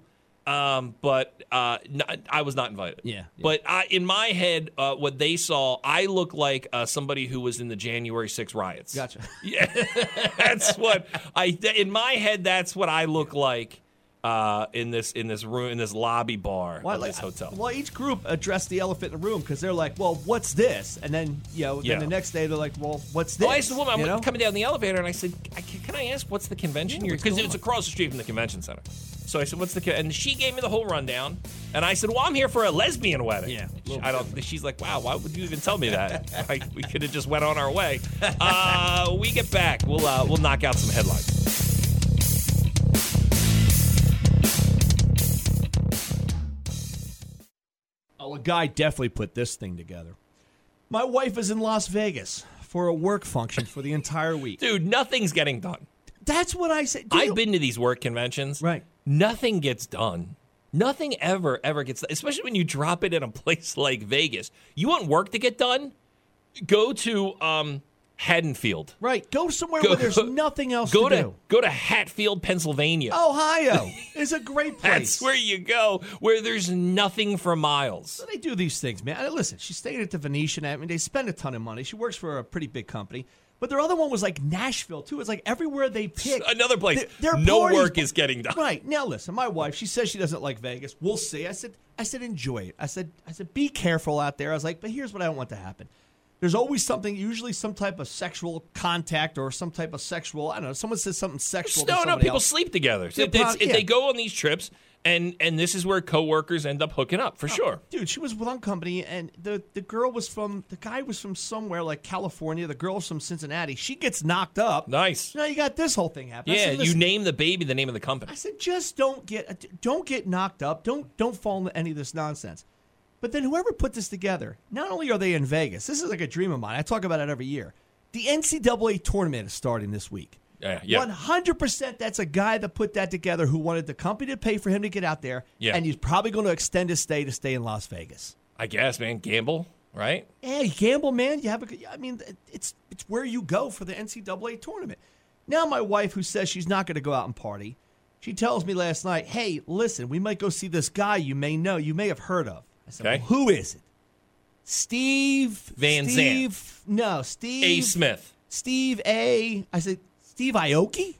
Speaker 2: Um, but uh, n- I was not invited.
Speaker 1: Yeah, yeah.
Speaker 2: But I, in my head, uh, what they saw, I look like uh, somebody who was in the January 6 riots.
Speaker 1: Gotcha.
Speaker 2: Yeah, that's what I th- in my head. That's what I look like uh, in this in this room in this lobby bar
Speaker 1: Why,
Speaker 2: of
Speaker 1: like-
Speaker 2: this hotel.
Speaker 1: Well, each group addressed the elephant in the room because they're like, "Well, what's this?" And then you know,
Speaker 2: Yeah.
Speaker 1: then the next day they're like, "Well, what's this?"
Speaker 2: Oh, I asked the woman. I'm
Speaker 1: you know?
Speaker 2: coming down the elevator, and I said, I, ca- "Can I ask what's the convention you're?" Because it's across the street from the convention center. So I said, "What's the?" co-" And she gave me the whole rundown, and I said, "Well, I'm here for a lesbian wedding." Yeah, I don't. She's like, "Wow, why would you even tell me that? like, we could have just went on our way." Uh, we get back, we'll uh, we'll knock out some headlines.
Speaker 1: Oh, a guy definitely put this thing together. My wife is in Las Vegas for a work function for the entire week.
Speaker 2: Dude, nothing's getting done.
Speaker 1: That's what I said.
Speaker 2: I've been to these work conventions.
Speaker 1: Right.
Speaker 2: Nothing gets done. Nothing ever, ever gets done, especially when you drop it in a place like Vegas. You want work to get done? Go to um, Haddonfield.
Speaker 1: Right. Go somewhere where there's nothing else
Speaker 2: go
Speaker 1: to
Speaker 2: to
Speaker 1: do. Oh,
Speaker 2: Go to Hatfield, Pennsylvania.
Speaker 1: Ohio is a great place.
Speaker 2: That's where you go, where there's nothing for miles.
Speaker 1: So they do these things, man. I- Listen, she's staying at the Venetian. I mean, they spend a ton of money. She works for a pretty big company. But their other one was like Nashville, too. It's like everywhere they pick.
Speaker 2: Another place.
Speaker 1: Their- their
Speaker 2: no
Speaker 1: parties-
Speaker 2: work is getting done.
Speaker 1: Right. Now listen, my wife, she says she doesn't like Vegas. We'll see. I said I said enjoy it. I said I said be careful out there. I was like, but here's what I don't want to happen. There's always something, usually some type of sexual contact or some type of sexual. I don't know. Someone says something sexual. to
Speaker 2: No, no,
Speaker 1: somebody
Speaker 2: people
Speaker 1: else.
Speaker 2: sleep together.
Speaker 1: Yeah,
Speaker 2: It- it's-
Speaker 1: prob-
Speaker 2: it-
Speaker 1: yeah.
Speaker 2: They go on these trips, and and this is where coworkers end up hooking up
Speaker 1: Oh.
Speaker 2: for sure.
Speaker 1: Dude, she was with one company, and the, the girl was from the guy was from somewhere like California. The girl was from Cincinnati. She gets knocked up.
Speaker 2: Nice.
Speaker 1: Now you got this whole thing happening. I
Speaker 2: Yeah,
Speaker 1: said,
Speaker 2: you
Speaker 1: "Listen,
Speaker 2: name the baby the name of the company.
Speaker 1: I said, just don't get don't get knocked up. Don't don't fall into any of this nonsense. But then whoever put this together, not only are they in Vegas, this is like a dream of mine. I talk about it every year. The NCAA tournament is starting this week.
Speaker 2: Yeah, Uh, yeah.
Speaker 1: 100% that's a guy that put that together who wanted the company to pay for him to get out there
Speaker 2: Yeah.
Speaker 1: and he's probably going to extend his stay to stay in Las Vegas.
Speaker 2: I guess, man. Gamble, right?
Speaker 1: Yeah, you gamble, man. You have a. good- I mean, it's it's where you go for the NCAA tournament. Now, my wife, who says she's not going to go out and party, she tells me last night, "Hey, listen, we might go see this guy you may know, you may have heard of." I said,
Speaker 2: Okay.
Speaker 1: well, "Who is it?" Steve
Speaker 2: Van Zandt.
Speaker 1: Steve, No, Steve
Speaker 2: A. Smith.
Speaker 1: Steve A. I said Steve Ioki.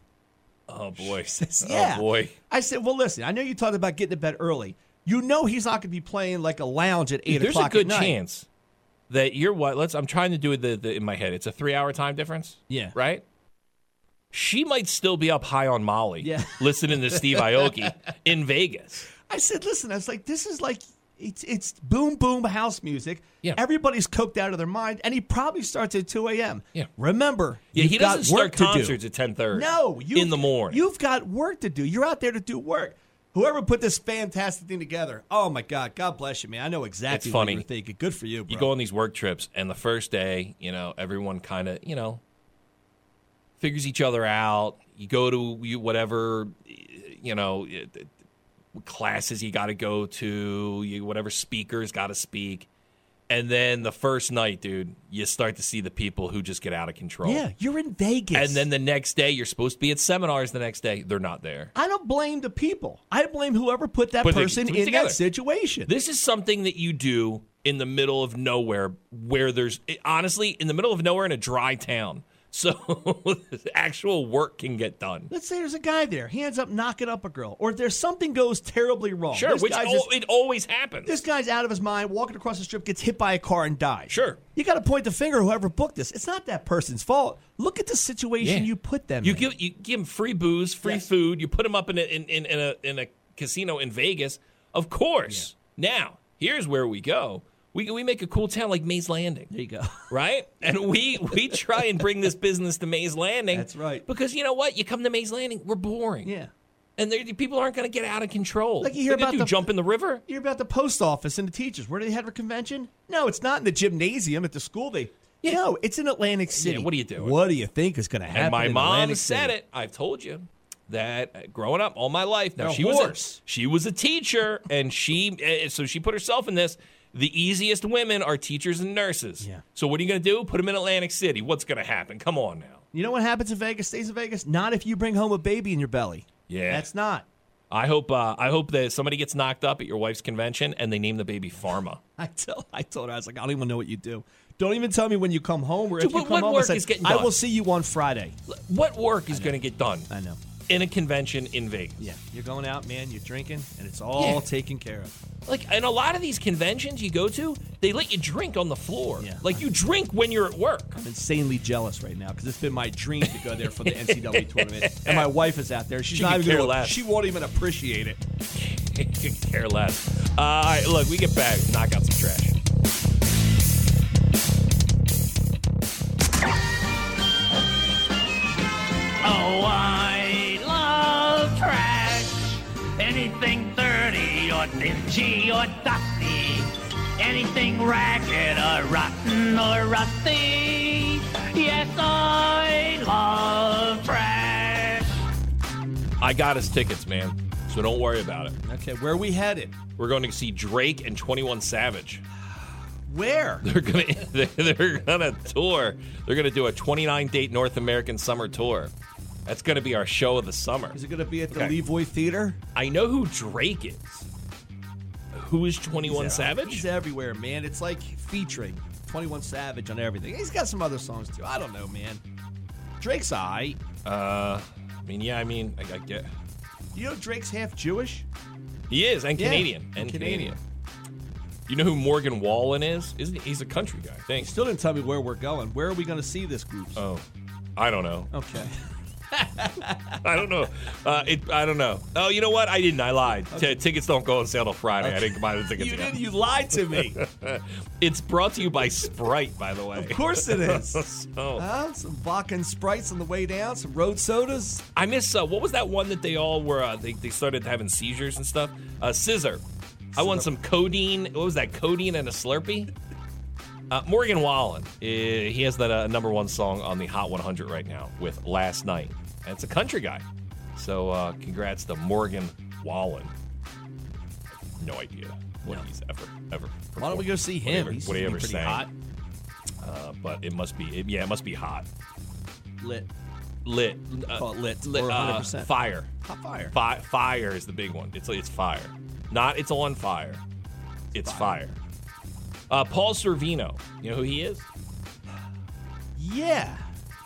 Speaker 2: Oh boy.
Speaker 1: Yeah.
Speaker 2: Oh boy.
Speaker 1: I said, well, listen, I know you talked about getting to bed early. You know he's not going to be playing like a lounge at eight
Speaker 2: There's a
Speaker 1: o'clock.
Speaker 2: good
Speaker 1: at night.
Speaker 2: chance that you're what? Let's. I'm trying to do it the, the, in my head. It's a three-hour time difference.
Speaker 1: Yeah.
Speaker 2: Right. She might still be up high on Molly,
Speaker 1: Yeah.
Speaker 2: listening to Steve Aoki in Vegas.
Speaker 1: I said, listen, I was like, this is like it's it's boom boom house music.
Speaker 2: Yeah.
Speaker 1: Everybody's coked out of their mind, and he probably starts at two AM.
Speaker 2: Yeah.
Speaker 1: Remember,
Speaker 2: Yeah,
Speaker 1: you've
Speaker 2: he
Speaker 1: got
Speaker 2: doesn't start
Speaker 1: work to do.
Speaker 2: concerts at 10:30.
Speaker 1: No, you
Speaker 2: in the morning.
Speaker 1: You've got work to do. You're out there to do work. Whoever put this fantastic thing together, oh my God, God bless you, man. I know exactly
Speaker 2: It's
Speaker 1: what
Speaker 2: funny.
Speaker 1: you were thinking. Good for you, bro.
Speaker 2: you go on these work trips and the first day you know everyone kind of you know figures each other out you go to you whatever you know classes you got to go to you whatever speakers got to speak and then the first night dude you start to see the people who just get out of control
Speaker 1: yeah, you're in Vegas.
Speaker 2: and then the next day you're supposed to be at seminars the next day they're not there
Speaker 1: I don't blame the people. I blame whoever put that
Speaker 2: Put the-
Speaker 1: person
Speaker 2: put
Speaker 1: in
Speaker 2: it together.
Speaker 1: that situation.
Speaker 2: This is something that you do in the middle of nowhere, where there's honestly in the middle of nowhere in a dry town. So actual work can get done.
Speaker 1: Let's say there's a guy there. He ends up knocking up a girl, or there's something goes terribly wrong.
Speaker 2: Sure,
Speaker 1: this
Speaker 2: which
Speaker 1: guy's
Speaker 2: al-
Speaker 1: just-
Speaker 2: it always happens.
Speaker 1: this guy's out of his mind, walking across the strip, gets hit by a car and dies.
Speaker 2: Sure.
Speaker 1: you got to point the finger at whoever booked this. It's not that person's fault. Look at the situation
Speaker 2: Yeah.
Speaker 1: you put them
Speaker 2: you
Speaker 1: in.
Speaker 2: give you give them free booze, free
Speaker 1: Yes.
Speaker 2: food. You put them up in a in, in, in a in a casino in Vegas, of course. Now here's where we go. We we make a cool town like Mays Landing.
Speaker 1: there you go.
Speaker 2: right? And we we try and bring this business to Mays Landing.
Speaker 1: That's right.
Speaker 2: Because you know what? You come to Mays Landing, we're boring.
Speaker 1: Yeah.
Speaker 2: And there, people aren't going to get out of control.
Speaker 1: Like you hear
Speaker 2: What do
Speaker 1: about
Speaker 2: do,
Speaker 1: the-
Speaker 2: jump in the river.
Speaker 1: You're about the post office and the teachers. Where do they have a convention? No, it's not in the gymnasium at the school. They no, it's in Atlantic City.
Speaker 2: what do you do?
Speaker 1: What do you think is going to happen?
Speaker 2: And my
Speaker 1: in
Speaker 2: mom
Speaker 1: Atlantic
Speaker 2: said
Speaker 1: City?
Speaker 2: it. I've told you that uh, growing up all my life. Now
Speaker 1: They're
Speaker 2: she was
Speaker 1: whores.
Speaker 2: a, she was a teacher, and she uh, so she put herself in this. The easiest women are teachers and nurses.
Speaker 1: Yeah.
Speaker 2: So what are you going to do? Put them in Atlantic City. What's going to happen? Come on now.
Speaker 1: You know what happens in Vegas stays in Vegas? Not if you bring home a baby in your belly.
Speaker 2: Yeah.
Speaker 1: That's not.
Speaker 2: I hope uh, I hope that somebody gets knocked up at your wife's convention and they name the baby Pharma.
Speaker 1: I tell I told her I was like I don't even know what you do. Don't even tell me when you come home or
Speaker 2: Dude,
Speaker 1: if you
Speaker 2: what-
Speaker 1: come
Speaker 2: what
Speaker 1: home. I,
Speaker 2: work
Speaker 1: said,
Speaker 2: is getting
Speaker 1: I
Speaker 2: done?"
Speaker 1: will see you on Friday.
Speaker 2: What work is going to get done
Speaker 1: I know.
Speaker 2: in a convention in Vegas?
Speaker 1: Yeah, you're going out, man. You're drinking, and it's all
Speaker 2: Yeah.
Speaker 1: taken care of.
Speaker 2: Like, and a lot of these conventions you go to, they let you drink on the floor.
Speaker 1: Yeah.
Speaker 2: Like, you drink when you're at work.
Speaker 1: I'm insanely jealous right now because it's been my dream to go there for the NCAA tournament, and my wife is out there. She's
Speaker 2: She
Speaker 1: not
Speaker 2: could
Speaker 1: even
Speaker 2: care
Speaker 1: gonna,
Speaker 2: less.
Speaker 1: She won't even appreciate it.
Speaker 2: Couldn't care less. Uh, all right, look, we get back, knock out some trash.
Speaker 5: Oh, I love trash. Anything dirty or dingy or dusty. Anything ragged or rotten or rusty. Yes, I love trash.
Speaker 2: I got his tickets, man. So don't worry about it.
Speaker 1: Okay, where are we headed?
Speaker 2: We're going to see Drake and 21 Savage.
Speaker 1: Where?
Speaker 2: They're gonna they're, they're gonna tour. They're gonna do a 29 date North American summer tour. That's gonna be our show of the summer.
Speaker 1: Is it gonna be at the
Speaker 2: Okay.
Speaker 1: Levoy Theater?
Speaker 2: I know who Drake is. Who is
Speaker 1: He's
Speaker 2: 21
Speaker 1: out.
Speaker 2: Savage?
Speaker 1: He's everywhere, man. It's like featuring 21 Savage on everything. He's got some other songs too. I don't know, man. Drake's eye.
Speaker 2: Uh, I mean, yeah, I mean, I, I get.
Speaker 1: You know Drake's half Jewish.
Speaker 2: He is, and
Speaker 1: Yeah,
Speaker 2: Canadian,
Speaker 1: and
Speaker 2: and
Speaker 1: Canadian.
Speaker 2: Canadian. You know who Morgan Wallen is? Isn't he? He's a country guy. Thanks.
Speaker 1: Still didn't tell me where we're going. Where are we going to see this group?
Speaker 2: Oh, I don't know.
Speaker 1: Okay.
Speaker 2: I don't know. Uh, it, I don't know. Oh, you know what? I didn't. I lied. T- tickets don't go on sale till Friday. I didn't buy the tickets.
Speaker 1: You
Speaker 2: yet.
Speaker 1: did. You lied to me.
Speaker 2: it's brought to you by Sprite, by the way. Oh.
Speaker 1: Of course it is.
Speaker 2: so,
Speaker 1: Huh? Some vodka and sprites on the way down. Some road sodas.
Speaker 2: I miss uh, what was that one that they all were? Uh, they they started having seizures and stuff. Uh, scissor. I want some codeine. What was that? Codeine and a Slurpee. Uh, Morgan Wallen. uh, he has that uh, number one song on the Hot 100 right now with "Last Night." And it's a country guy. So uh, congrats to Morgan Wallen. No idea what he's ever ever.
Speaker 1: Why don't we go see him?
Speaker 2: Whatever,
Speaker 1: He's
Speaker 2: what he ever
Speaker 1: pretty
Speaker 2: sang.
Speaker 1: hot.
Speaker 2: Uh, but it must be. It, yeah, it must be hot.
Speaker 1: Lit.
Speaker 2: Lit.
Speaker 1: Call it lit
Speaker 2: lit
Speaker 1: or
Speaker 2: uh,
Speaker 1: 100%.
Speaker 2: fire.
Speaker 1: Hot fire.
Speaker 2: Fi- fire is the big one. It's it's fire. Not it's on fire. It's fire. Uh, Paul Servino. You know who he is?
Speaker 1: Yeah.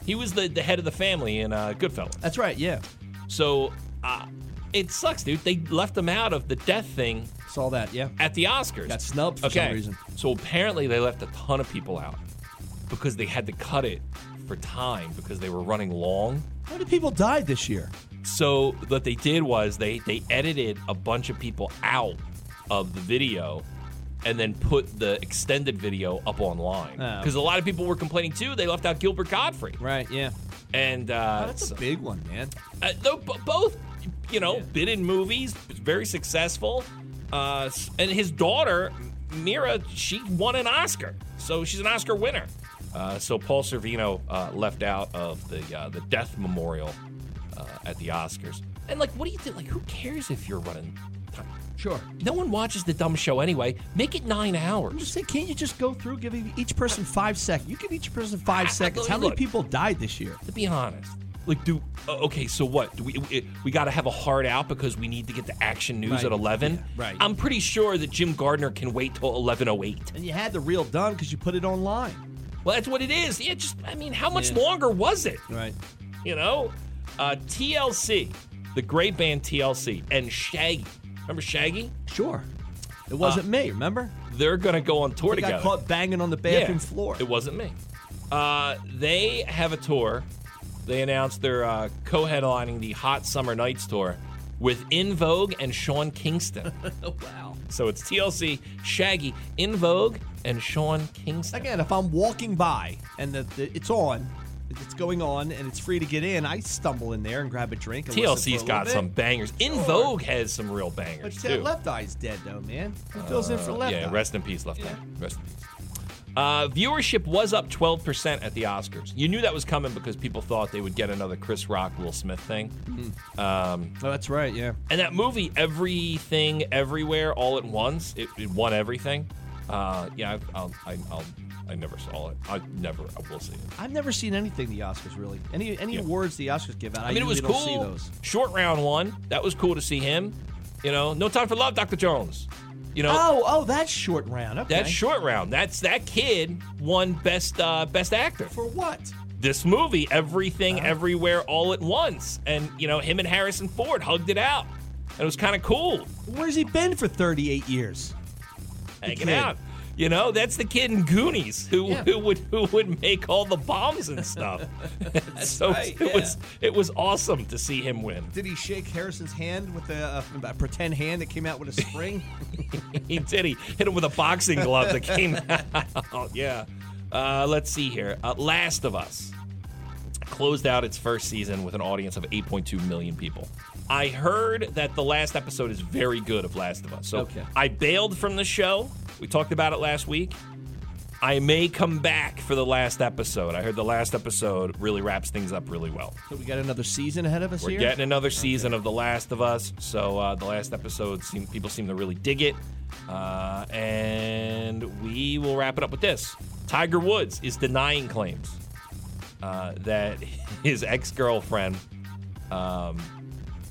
Speaker 2: He was the, the head of the family in uh, Goodfellas.
Speaker 1: That's right. Yeah.
Speaker 2: So uh, it sucks, dude. They left him out of the death thing
Speaker 1: Saw that. Yeah.
Speaker 2: at the Oscars.
Speaker 1: Got snubbed for
Speaker 2: okay.
Speaker 1: some reason.
Speaker 2: So apparently they left a ton of people out because they had to cut it for time because they were running long.
Speaker 1: How many people died this year?
Speaker 2: So what they did was they they edited a bunch of people out of the video and then put the extended video up online
Speaker 1: Oh.
Speaker 2: because a lot of people were complaining too. They left out Gilbert Godfrey
Speaker 1: Right. Yeah.
Speaker 2: and uh,
Speaker 1: That's
Speaker 2: so-
Speaker 1: a big one, man.
Speaker 2: uh, no, b- both you know been in movies, very successful, uh, s- and his daughter Mira she won an Oscar, so she's an Oscar winner. Uh, so Paul Servino uh, left out of the uh, the death memorial uh, at the Oscars, and like, what do you think? Like, who cares if you're running? time?
Speaker 1: Sure.
Speaker 2: No one watches the dumb show anyway. Make it nine hours.
Speaker 1: Just say, can't you just go through giving each person five seconds? You give each person five seconds. How many
Speaker 2: look.
Speaker 1: people died this year?
Speaker 2: to be honest. Like, do uh, okay. So what? Do we we, we got to have a hard out because we need to get the action news
Speaker 1: Right.
Speaker 2: at eleven.
Speaker 1: Yeah, right.
Speaker 2: I'm pretty sure that Jim Gardner can wait till eleven oh eight.
Speaker 1: And you had the reel done because you put it online.
Speaker 2: Well, that's what it is. Yeah. Just I mean, how much
Speaker 1: Yeah.
Speaker 2: longer was it?
Speaker 1: Right.
Speaker 2: You know, uh, TLC, the great band TLC, and Shaggy. Remember Shaggy?
Speaker 1: Sure. It wasn't me, remember?
Speaker 2: They're gonna go on tour
Speaker 1: I
Speaker 2: together.
Speaker 1: got caught banging on the bathroom floor.
Speaker 2: It wasn't me. Uh, they have a tour. They announced they're uh, co-headlining the Hot Summer Nights tour with In Vogue and Sean Kingston. wow. So it's TLC, Shaggy, In Vogue, and Sean Kingston.
Speaker 1: Again, if I'm walking by and the, the, it's on, it's going on, and it's free to get in, I stumble in there and grab a drink. And listen for a
Speaker 2: TLC's
Speaker 1: little
Speaker 2: got
Speaker 1: bit.
Speaker 2: some bangers. In
Speaker 1: Sure.
Speaker 2: Vogue has some real
Speaker 1: But
Speaker 2: bangers
Speaker 1: Ted
Speaker 2: too.
Speaker 1: Left Eye's dead, though, man. Who fills in for
Speaker 2: Uh,
Speaker 1: Left
Speaker 2: yeah,
Speaker 1: Eye?
Speaker 2: rest in peace, Left Eye. Rest in peace. Uh, viewership was up 12% at the Oscars. You knew that was coming because people thought they would get another Chris Rock, Will Smith thing. Um,
Speaker 1: Oh, that's right, yeah.
Speaker 2: And that movie, Everything, Everywhere, All at Once, it, it won everything. Uh, yeah, I've, I'll, I, I'll, I never saw it. I never, I will see it.
Speaker 1: I've never seen anything the Oscars really. Any any
Speaker 2: Yeah.
Speaker 1: awards the Oscars give out? I,
Speaker 2: I mean, it was
Speaker 1: usually
Speaker 2: cool.
Speaker 1: don't see those.
Speaker 2: Short round one, that was cool to see him. You know, no time for love, Dr. Jones. You know,
Speaker 1: Oh, oh, that's short round. Okay.
Speaker 2: that short round. That's that kid won best uh, best actor.
Speaker 1: for what?
Speaker 2: this movie, Everything,
Speaker 1: Uh-huh.
Speaker 2: Everywhere, All at Once, and you know, him and Harrison Ford hugged it out, and it was kind of cool.
Speaker 1: Where's he been for 38 years?
Speaker 2: hanging
Speaker 1: kid.
Speaker 2: out. You know, that's the kid in Goonies who,
Speaker 1: Yeah.
Speaker 2: who would who would make all the bombs and stuff. so
Speaker 1: right,
Speaker 2: it was it was awesome to see him win.
Speaker 1: Did he shake Harrison's hand with a, a pretend hand that came out with a spring?
Speaker 2: He did. He hit him with a boxing glove that came out. Yeah. Uh, let's see here. Uh, Last of Us closed out its first season with an audience of 8.2 million people. I heard that the last episode is very good of Last of Us. So
Speaker 1: Okay.
Speaker 2: I bailed from the show. We talked about it last week. I may come back for the last episode. I heard the last episode really wraps things up really well.
Speaker 1: So we got another season ahead of us
Speaker 2: We're
Speaker 1: here.
Speaker 2: getting another season of The Last of Us. So uh, the last episode, seem, people seem to really dig it. Uh, and we will wrap it up with this Tiger Woods is denying claims uh, that his ex girlfriend um,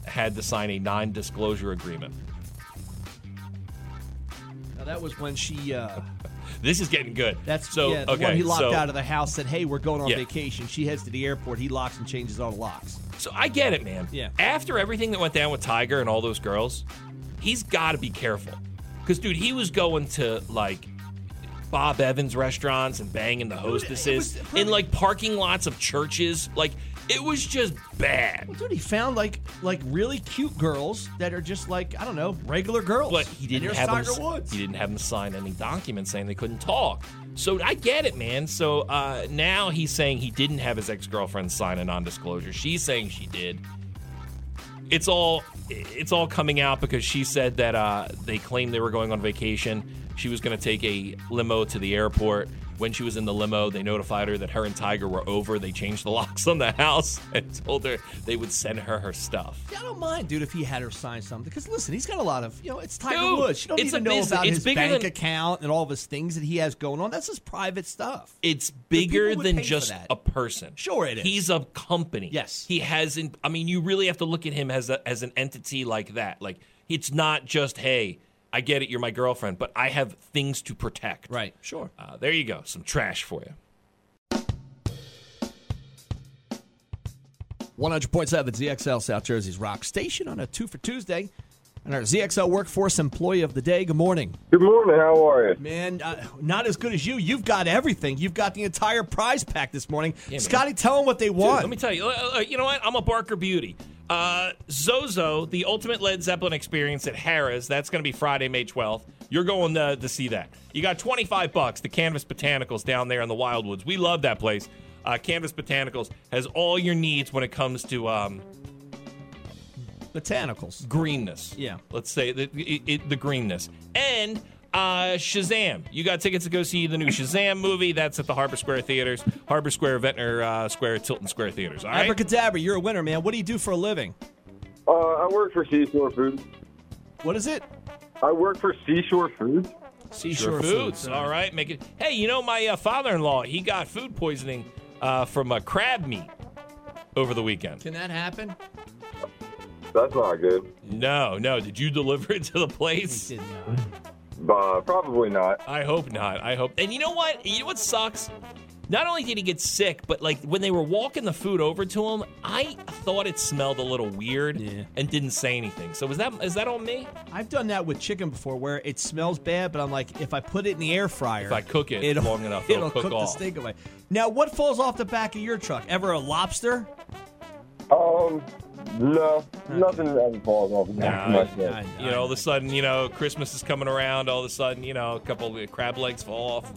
Speaker 2: had to sign a non disclosure agreement.
Speaker 1: Now, that was when she. Uh,
Speaker 2: This is getting good.
Speaker 1: that's
Speaker 2: so
Speaker 1: yeah, the
Speaker 2: okay.
Speaker 1: one he locked
Speaker 2: so,
Speaker 1: out of the house. Said, "Hey, we're going on
Speaker 2: Yeah.
Speaker 1: vacation." She heads to the airport. He locks and changes all the locks.
Speaker 2: So I get it, man.
Speaker 1: Yeah.
Speaker 2: After everything that went down with Tiger and all those girls, he's got to be careful. Because, dude, he was going to like Bob Evans restaurants and banging the hostesses in like parking lots of churches. Like, it was just bad.
Speaker 1: Well, dude, he found like like really cute girls that are just like I don't know regular girls.
Speaker 2: But he didn't
Speaker 1: and here's
Speaker 2: have
Speaker 1: Tiger
Speaker 2: him,
Speaker 1: Woods.
Speaker 2: He didn't have him sign any documents saying they couldn't talk. So I get it, man. So uh, now he's saying he didn't have his ex girlfriend sign a non disclosure. She's saying she did. It's all it's all coming out because she said that uh, they claimed they were going on vacation. She was going to take a limo to the airport. When she was in the limo, they notified her that her and Tiger were over. They changed the locks on the house and told her they would send her her stuff.
Speaker 1: Yeah, I don't mind, dude, if he had her sign something. Because listen, he's got a lot of, you know, it's Tiger
Speaker 2: Dude,
Speaker 1: Woods. You don't
Speaker 2: it's
Speaker 1: need to
Speaker 2: a
Speaker 1: know
Speaker 2: business.
Speaker 1: about
Speaker 2: It's
Speaker 1: his
Speaker 2: bigger
Speaker 1: bank
Speaker 2: than-
Speaker 1: account and all of his things that he has going on. That's his private stuff.
Speaker 2: It's
Speaker 1: people
Speaker 2: bigger
Speaker 1: would
Speaker 2: than
Speaker 1: pay for
Speaker 2: just
Speaker 1: that.
Speaker 2: a person.
Speaker 1: Sure it is.
Speaker 2: He's a company.
Speaker 1: Yes.
Speaker 2: He hasn't I mean you really have to look at him as a, as an entity like that. Like it's not just hey, I get it you're my girlfriend, but I have things to protect.
Speaker 1: Right. Sure.
Speaker 2: Uh, there you go. Some trash for you.
Speaker 1: 100.7 ZXL South Jersey's Rock Station on a two for Tuesday. And our ZXL Workforce Employee of the Day. Good morning.
Speaker 6: Good morning. How are you?
Speaker 1: Man, uh, not as good as you. You've got everything. You've got the entire prize pack this morning.
Speaker 2: man.
Speaker 1: Scotty, tell them what they
Speaker 2: Dude,
Speaker 1: want.
Speaker 2: let me tell you. uh, uh, You know what? I'm a Barker beauty. Uh, Zozo, the ultimate Led Zeppelin experience at Harrah's. That's going to be Friday, May 12th. You're going uh, to see that. You got 25 bucks. The Canvas Botanicals down there in the Wildwoods. We love that place. Uh, Canvas Botanicals has all your needs when it comes to um,
Speaker 1: Botanicals.
Speaker 2: greenness.
Speaker 1: Yeah.
Speaker 2: Let's say the, it, it, the greenness. And uh, Shazam. You got tickets to go see the new Shazam movie. That's at the Harbor Square Theaters, Harbor Square, Ventnor uh, Square, Tilton Square Theaters. All right.
Speaker 1: Abracadabra, you're a winner, man. What do you do for a living?
Speaker 6: Uh, I work for Seashore Foods.
Speaker 1: What is it?
Speaker 6: I work for Seashore Foods.
Speaker 2: Seashore Foods. All right, make it. Hey, you know my uh, father-in-law? He got food poisoning uh, from uh, crab meat over the weekend.
Speaker 1: Can that happen?
Speaker 6: That's not good.
Speaker 2: No, no. Did you deliver it to the place?
Speaker 6: Uh, probably not.
Speaker 2: I hope not. I hope. And you know what? You know what sucks? Not only did he get sick, but like when they were walking the food over to him, I thought it smelled a little weird and didn't say anything. So was that is that on me?
Speaker 1: I've done that with chicken before, where it smells bad, but I'm like, if I put it in the air fryer,
Speaker 2: If I cook it
Speaker 1: it'll,
Speaker 2: long enough,
Speaker 1: it'll,
Speaker 2: it'll cook
Speaker 1: cook
Speaker 2: off.
Speaker 1: the steak away. Now, what falls off the back of your truck? Ever a lobster?
Speaker 6: Um, no, nothing ever falls off the back of my head.
Speaker 2: you know, all of a sudden, you know, Christmas is coming around. All of a sudden, you know, a couple of crab legs fall off.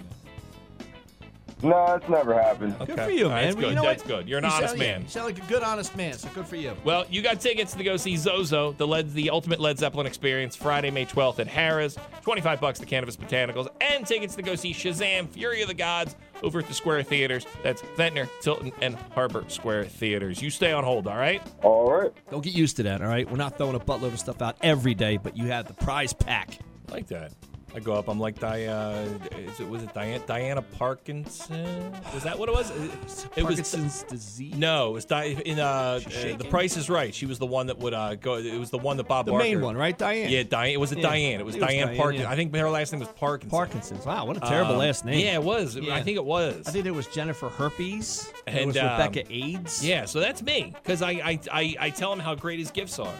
Speaker 6: No, it's never happened.
Speaker 2: Okay.
Speaker 1: Good for you,
Speaker 2: All
Speaker 1: man.
Speaker 2: right, That's
Speaker 1: Well,
Speaker 2: good.
Speaker 1: you know
Speaker 2: that's
Speaker 1: what?
Speaker 2: good. You're an
Speaker 1: You
Speaker 2: honest
Speaker 1: sound- yeah,
Speaker 2: man.
Speaker 1: you sound like a good honest man. So good for you.
Speaker 2: Well, you got tickets to go see Zozo, the Led, the ultimate Led Zeppelin experience, Friday, May 12th at Harrah's. 25 bucks to Cannabis Botanicals, and tickets to go see Shazam, Fury of the Gods over at the Square Theaters. That's Ventnor, Tilton, and Harbor Square Theaters. You stay on hold, all right?
Speaker 6: All right.
Speaker 1: Go get used to that. All right, we're not throwing a buttload of stuff out every day, but you have the prize pack.
Speaker 2: I like that. I go up. I'm like, Di- uh, is it, was it Diana, Diana Parkinson? Was that what it was? It
Speaker 1: Parkinson's disease.
Speaker 2: No, it was Di- in uh, uh,
Speaker 1: shaking.
Speaker 2: The Price is Right. She was the one that would uh, go. It was the one that Bob
Speaker 1: The
Speaker 2: Barker.
Speaker 1: main one, right? Diane.
Speaker 2: Yeah, Diane. It was a
Speaker 1: Yeah,
Speaker 2: Diane. It was
Speaker 1: I think it was
Speaker 2: Diane
Speaker 1: Diane,
Speaker 2: Parkinson.
Speaker 1: yeah.
Speaker 2: I think her last name was Parkinson.
Speaker 1: Parkinson's. Wow, what a terrible
Speaker 2: Um,
Speaker 1: last name.
Speaker 2: Yeah, it was. It- I
Speaker 1: Yeah.
Speaker 2: think it was.
Speaker 1: I think there was Jennifer Herpes. There
Speaker 2: And,
Speaker 1: was
Speaker 2: um,
Speaker 1: Rebecca AIDS.
Speaker 2: yeah, so that's me because I, I I I tell him how great his gifts are.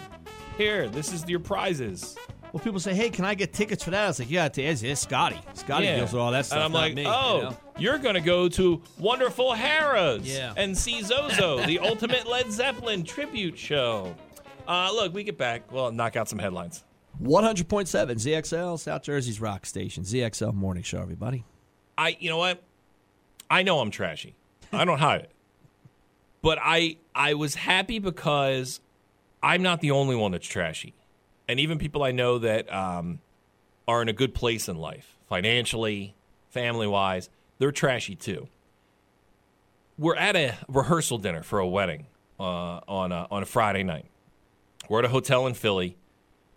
Speaker 2: Here, this is your prizes.
Speaker 1: Well, people say, "Hey, can I get tickets for that?" I was like, "Yeah, it's, it's, it's Scotty. Scotty
Speaker 2: yeah.
Speaker 1: deals with all that stuff."
Speaker 2: And I'm
Speaker 1: not
Speaker 2: like,
Speaker 1: me,
Speaker 2: oh,
Speaker 1: you know?
Speaker 2: are gonna go to wonderful Harrah's
Speaker 1: Yeah.
Speaker 2: and see Zozo, the ultimate Led Zeppelin tribute show. Uh, look, we get back. Well, knock out some headlines.
Speaker 1: 100.7 ZXL South Jersey's rock station ZXL Morning Show, everybody.
Speaker 2: I you know what? I know I'm trashy. I don't hide it. But I I was happy because I'm not the only one that's trashy. And even people I know that um, are in a good place in life, financially, family wise, They're trashy too. We're at a rehearsal dinner for a wedding uh, on a, on a Friday night. We're at a hotel in Philly,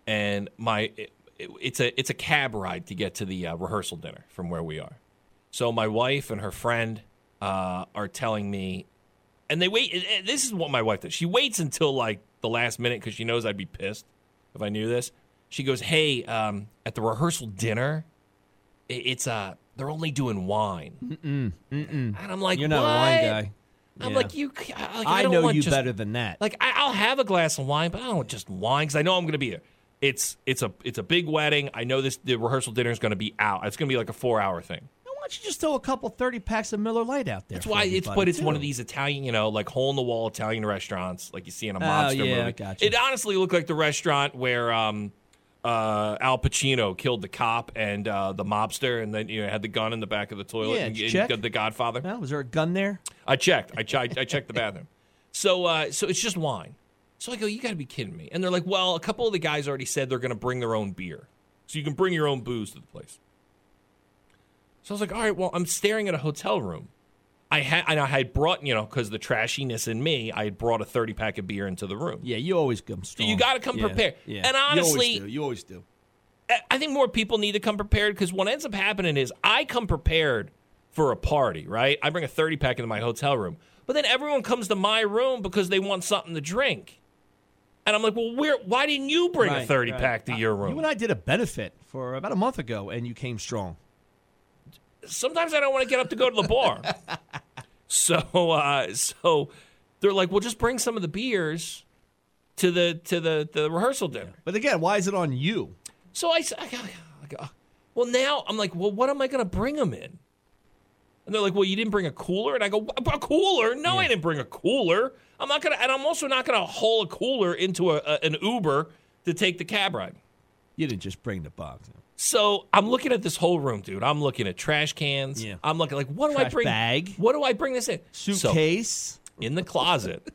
Speaker 2: and my it, it- it's a it's a cab ride to get to the uh, rehearsal dinner from where we are. So my wife and her friend uh, are telling me, and they wait. and- and This is what my wife does. She waits until like the last minute because she knows I'd be pissed if I knew this. She goes, "Hey, um, at the rehearsal dinner, i- it's uh they're only doing wine."
Speaker 1: Mm-mm, mm-mm.
Speaker 2: And I'm like,
Speaker 1: you're not a wine
Speaker 2: "What?"
Speaker 1: guy.
Speaker 2: I'm
Speaker 1: Yeah.
Speaker 2: like, you. c- I, like,
Speaker 1: I,
Speaker 2: I don't
Speaker 1: know
Speaker 2: want
Speaker 1: you
Speaker 2: just-
Speaker 1: better than that.
Speaker 2: Like I, I'll have a glass of wine, but I don't want just wine because I know I'm going to be there. It's it's a it's a big wedding. I know this the rehearsal dinner is going to be out. It's going to be like a four hour thing.
Speaker 1: Why don't you just throw a couple thirty packs of Miller Lite out there?
Speaker 2: That's
Speaker 1: for
Speaker 2: why it's
Speaker 1: everybody,
Speaker 2: but it's one
Speaker 1: too.
Speaker 2: of these Italian, you know, like hole in the wall Italian restaurants, like you see in a
Speaker 1: Oh,
Speaker 2: mobster
Speaker 1: yeah,
Speaker 2: movie.
Speaker 1: gotcha.
Speaker 2: It honestly looked like the restaurant where um, uh, Al Pacino killed the cop and uh, the mobster, and then you know had the gun in the back of the toilet.
Speaker 1: Yeah,
Speaker 2: and,
Speaker 1: did you
Speaker 2: and
Speaker 1: check?
Speaker 2: got the Godfather.
Speaker 1: Well, was there a gun there?
Speaker 2: I checked. I, ch- I checked the bathroom. So uh, so it's just wine. So I go, you got to be kidding me. And they're like, well, a couple of the guys already said they're going to bring their own beer, so you can bring your own booze to the place. So I was like, all right, well, I'm staring at a hotel room. I had and I had brought, you know, because the trashiness in me, I had brought a 30 pack of beer into the room.
Speaker 1: Yeah, you always come strong.
Speaker 2: you got to come
Speaker 1: Yeah,
Speaker 2: prepared.
Speaker 1: yeah.
Speaker 2: And
Speaker 1: You always
Speaker 2: honestly,
Speaker 1: do. you always do.
Speaker 2: I- I think more people need to come prepared because what ends up happening is I come prepared for a party, right? I bring a 30 pack into my hotel room, but then everyone comes to my room because they want something to drink. And I'm like, well, where? Why didn't you bring
Speaker 1: Right,
Speaker 2: a 30
Speaker 1: right.
Speaker 2: pack to your
Speaker 1: You
Speaker 2: room?
Speaker 1: and I did a benefit for about a month ago, and you came strong.
Speaker 2: Sometimes I don't want to get up to go to the bar. so, uh, so they're like, well, just bring some of the beers to the to the the rehearsal dinner.
Speaker 1: But again, why is it on you?
Speaker 2: So I, s- I go, I go, well, now I'm like, well, what am I going to bring them in? And they're like, well, you didn't bring a cooler? And I go, "Wha- a cooler? No, I didn't bring a cooler. I'm not going to, and I'm also not going to haul a cooler into a, a, an Uber to take the cab ride.
Speaker 1: You didn't just bring the box.
Speaker 2: So I'm looking at this whole room, dude. I'm looking at trash cans. Yeah. I'm looking like, what do I
Speaker 1: Trash
Speaker 2: bring?
Speaker 1: bag.
Speaker 2: What do I bring this in?
Speaker 1: Suitcase.
Speaker 2: in the closet,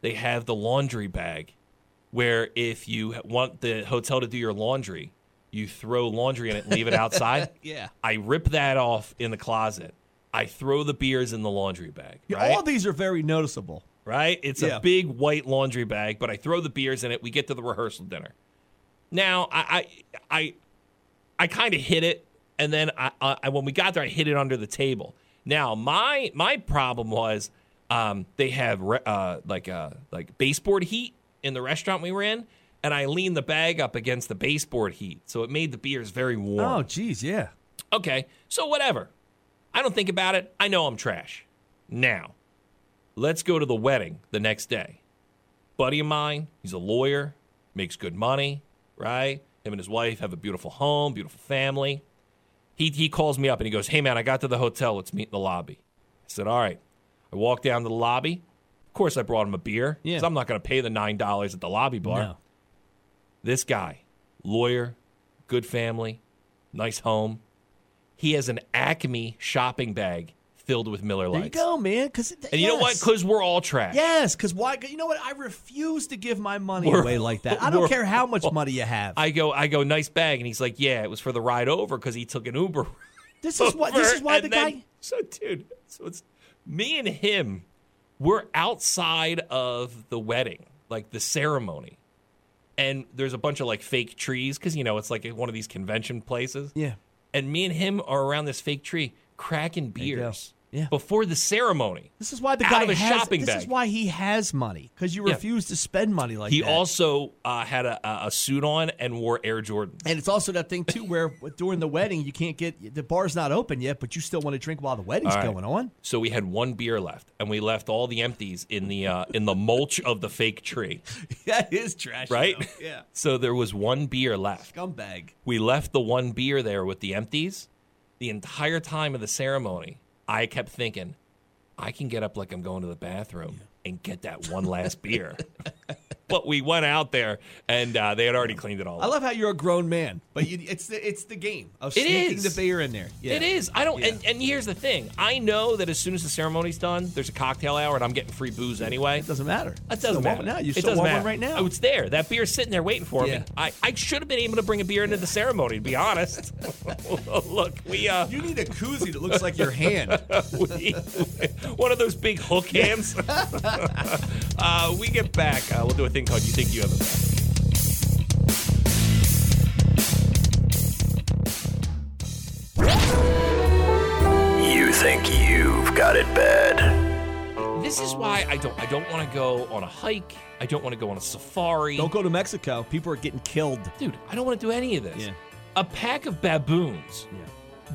Speaker 2: they have the laundry bag, where if you want the hotel to do your laundry, you throw laundry in it and leave it outside.
Speaker 1: Yeah.
Speaker 2: I rip that off in the closet. I throw the beers in the laundry bag.
Speaker 1: Yeah,
Speaker 2: Right?
Speaker 1: All these are very noticeable.
Speaker 2: right? It's
Speaker 1: Yeah.
Speaker 2: a big white laundry bag, but I throw the beers in it. We get to the rehearsal dinner. Now I I I, I kind of hit it, and then I, I when we got there, I hid it under the table. Now my my problem was um, they have re- uh, like uh, like baseboard heat in the restaurant we were in, and I leaned the bag up against the baseboard heat, so it made the beers very warm.
Speaker 1: Oh, geez, yeah.
Speaker 2: Okay, so whatever. I don't think about it. I know I'm trash. Now, let's go to the wedding the next day. Buddy of mine, he's a lawyer, makes good money, right? Him and his wife have a beautiful home, beautiful family. He, he calls me up and he goes, Hey, man, I got to the hotel. Let's meet in the lobby. I said, All right. I walk down to the lobby. Of course, I brought him a beer because I'm not going to pay the $9 at the lobby bar.
Speaker 1: No.
Speaker 2: This guy, lawyer, good family, nice home. He has an Acme shopping bag filled with Miller
Speaker 1: There you
Speaker 2: Lights.
Speaker 1: go, man. Because
Speaker 2: And you know what? Because we're all trash.
Speaker 1: Yes, because why? You know what? I refuse to give my money
Speaker 2: We're-
Speaker 1: away like that. I don't
Speaker 2: we're-
Speaker 1: care how much money you have.
Speaker 2: I go, I go, nice bag, and he's like, yeah, it was for the ride over because he took an Uber.
Speaker 1: This is what. This
Speaker 2: over."
Speaker 1: is why
Speaker 2: And
Speaker 1: the
Speaker 2: then-
Speaker 1: guy.
Speaker 2: So, dude, so it's me and him. We're outside of the wedding, like the ceremony, and there's a bunch of like fake trees because you know it's like one of these convention places.
Speaker 1: Yeah.
Speaker 2: and me and him are around this fake tree cracking
Speaker 1: you go.
Speaker 2: beers before the ceremony.
Speaker 1: This is why the
Speaker 2: Out
Speaker 1: guy
Speaker 2: of a
Speaker 1: has.
Speaker 2: shopping
Speaker 1: this is
Speaker 2: bag.
Speaker 1: why he has money because you
Speaker 2: Yeah.
Speaker 1: refuse to spend money like
Speaker 2: he
Speaker 1: that.
Speaker 2: also uh, had a, a- a suit on and wore Air Jordans.
Speaker 1: and it's also that thing too where during the wedding you can't get the bar's not open yet, but you still want to drink while the wedding's
Speaker 2: All right.
Speaker 1: going on.
Speaker 2: So we had one beer left, and we left all the empties in the uh, in the mulch of the fake tree,
Speaker 1: that is trash,
Speaker 2: right?
Speaker 1: though. Yeah.
Speaker 2: So there was one beer left.
Speaker 1: Scumbag.
Speaker 2: We left the one beer there with the empties. The entire time of the ceremony, I kept thinking, I can get up like I'm going to the bathroom and get that one last beer. but we went out there and uh, they had already cleaned it all
Speaker 1: I
Speaker 2: up.
Speaker 1: love how you're a grown man, but you, it's the, it's the game of sneaking the beer in there. Yeah.
Speaker 2: It is. I don't.
Speaker 1: Yeah.
Speaker 2: And, and here's the thing. I know that as soon as the ceremony's done, there's a cocktail hour, and I'm getting free booze anyway. It
Speaker 1: doesn't matter.
Speaker 2: That doesn't
Speaker 1: Still
Speaker 2: matter.
Speaker 1: want- no, you
Speaker 2: it
Speaker 1: still
Speaker 2: doesn't
Speaker 1: want one
Speaker 2: matter.
Speaker 1: right now.
Speaker 2: Oh, it's there. That beer's sitting there waiting for
Speaker 1: Yeah.
Speaker 2: me. I, I should have been able to bring a beer into the ceremony. To be honest. Look, we. Uh,
Speaker 1: you need a koozie that looks like your hand.
Speaker 2: we, one of those big hook hands. uh, we get back. Uh, we'll do a thing called "You Think You Have a Man."
Speaker 7: You think you've got it bad.
Speaker 2: This is why I don't. I don't want to go on a hike. I don't want to go on a safari.
Speaker 1: Don't go to Mexico. People are getting killed.
Speaker 2: Dude, I don't want to do any of this. A pack of baboons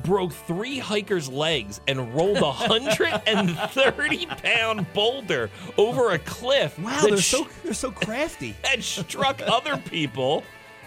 Speaker 2: broke three hikers' legs and rolled a 130 pound boulder over a cliff.
Speaker 1: Wow,
Speaker 2: that
Speaker 1: they're
Speaker 2: sh-
Speaker 1: so they're so crafty.
Speaker 2: and struck other people.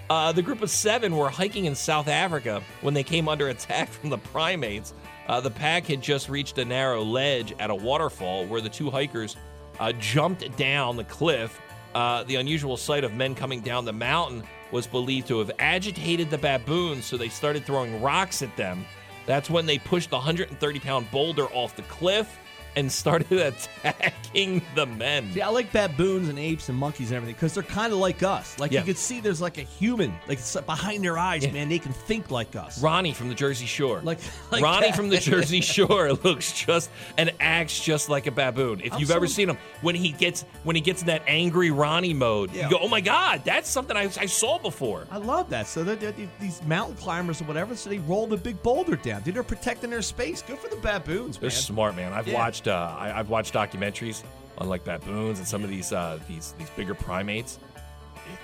Speaker 2: Uh, the group of seven were hiking in South Africa when they came under attack from the primates. Uh, the pack had just reached a narrow ledge at a waterfall where the two hikers uh, jumped down the cliff. Uh, the unusual sight of men coming down the mountain was believed to have agitated the baboons, so they started throwing rocks at them. That's when they pushed the 130 pound boulder off the cliff and started attacking the men.
Speaker 1: Yeah, I like baboons and apes and monkeys and everything because they're kind of like us. Like
Speaker 2: Yeah.
Speaker 1: you could see, there's like a human, like it's behind their eyes, man. They can think like us.
Speaker 2: Ronnie from the Jersey Shore.
Speaker 1: Like, like
Speaker 2: Ronnie
Speaker 1: that.
Speaker 2: from the Jersey Shore looks just and acts just like a baboon. If
Speaker 1: I'm
Speaker 2: you've
Speaker 1: so-
Speaker 2: ever seen him, when he gets when he gets in that angry Ronnie mode,
Speaker 1: Yeah.
Speaker 2: you go, "Oh my God, that's something I, I saw before."
Speaker 1: I love that. So they're, they're- these mountain climbers or whatever, so they roll the big boulder down. Dude, they're protecting their space. Good for the baboons,
Speaker 2: They're
Speaker 1: man.
Speaker 2: smart, man. I've
Speaker 1: Yeah.
Speaker 2: watched uh, I, I've watched documentaries on like baboons and some of these uh, these these bigger primates.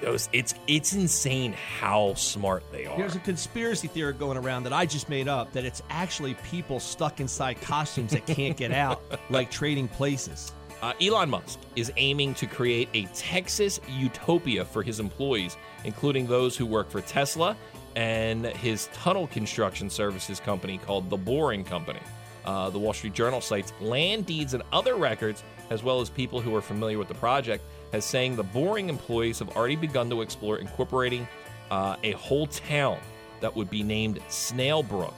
Speaker 2: Those it's it's insane how smart they are.
Speaker 1: There's a conspiracy theory going around that I just made up that it's actually people stuck inside costumes that can't get out, like trading places.
Speaker 2: Uh, Elon Musk is aiming to create a Texas utopia for his employees, including those who work for Tesla and his tunnel construction services company called The Boring Company. Uh, the Wall Street Journal cites land deeds and other records, as well as people who are familiar with the project, as saying the boring employees have already begun to explore incorporating uh, a whole town that would be named Snailbrook.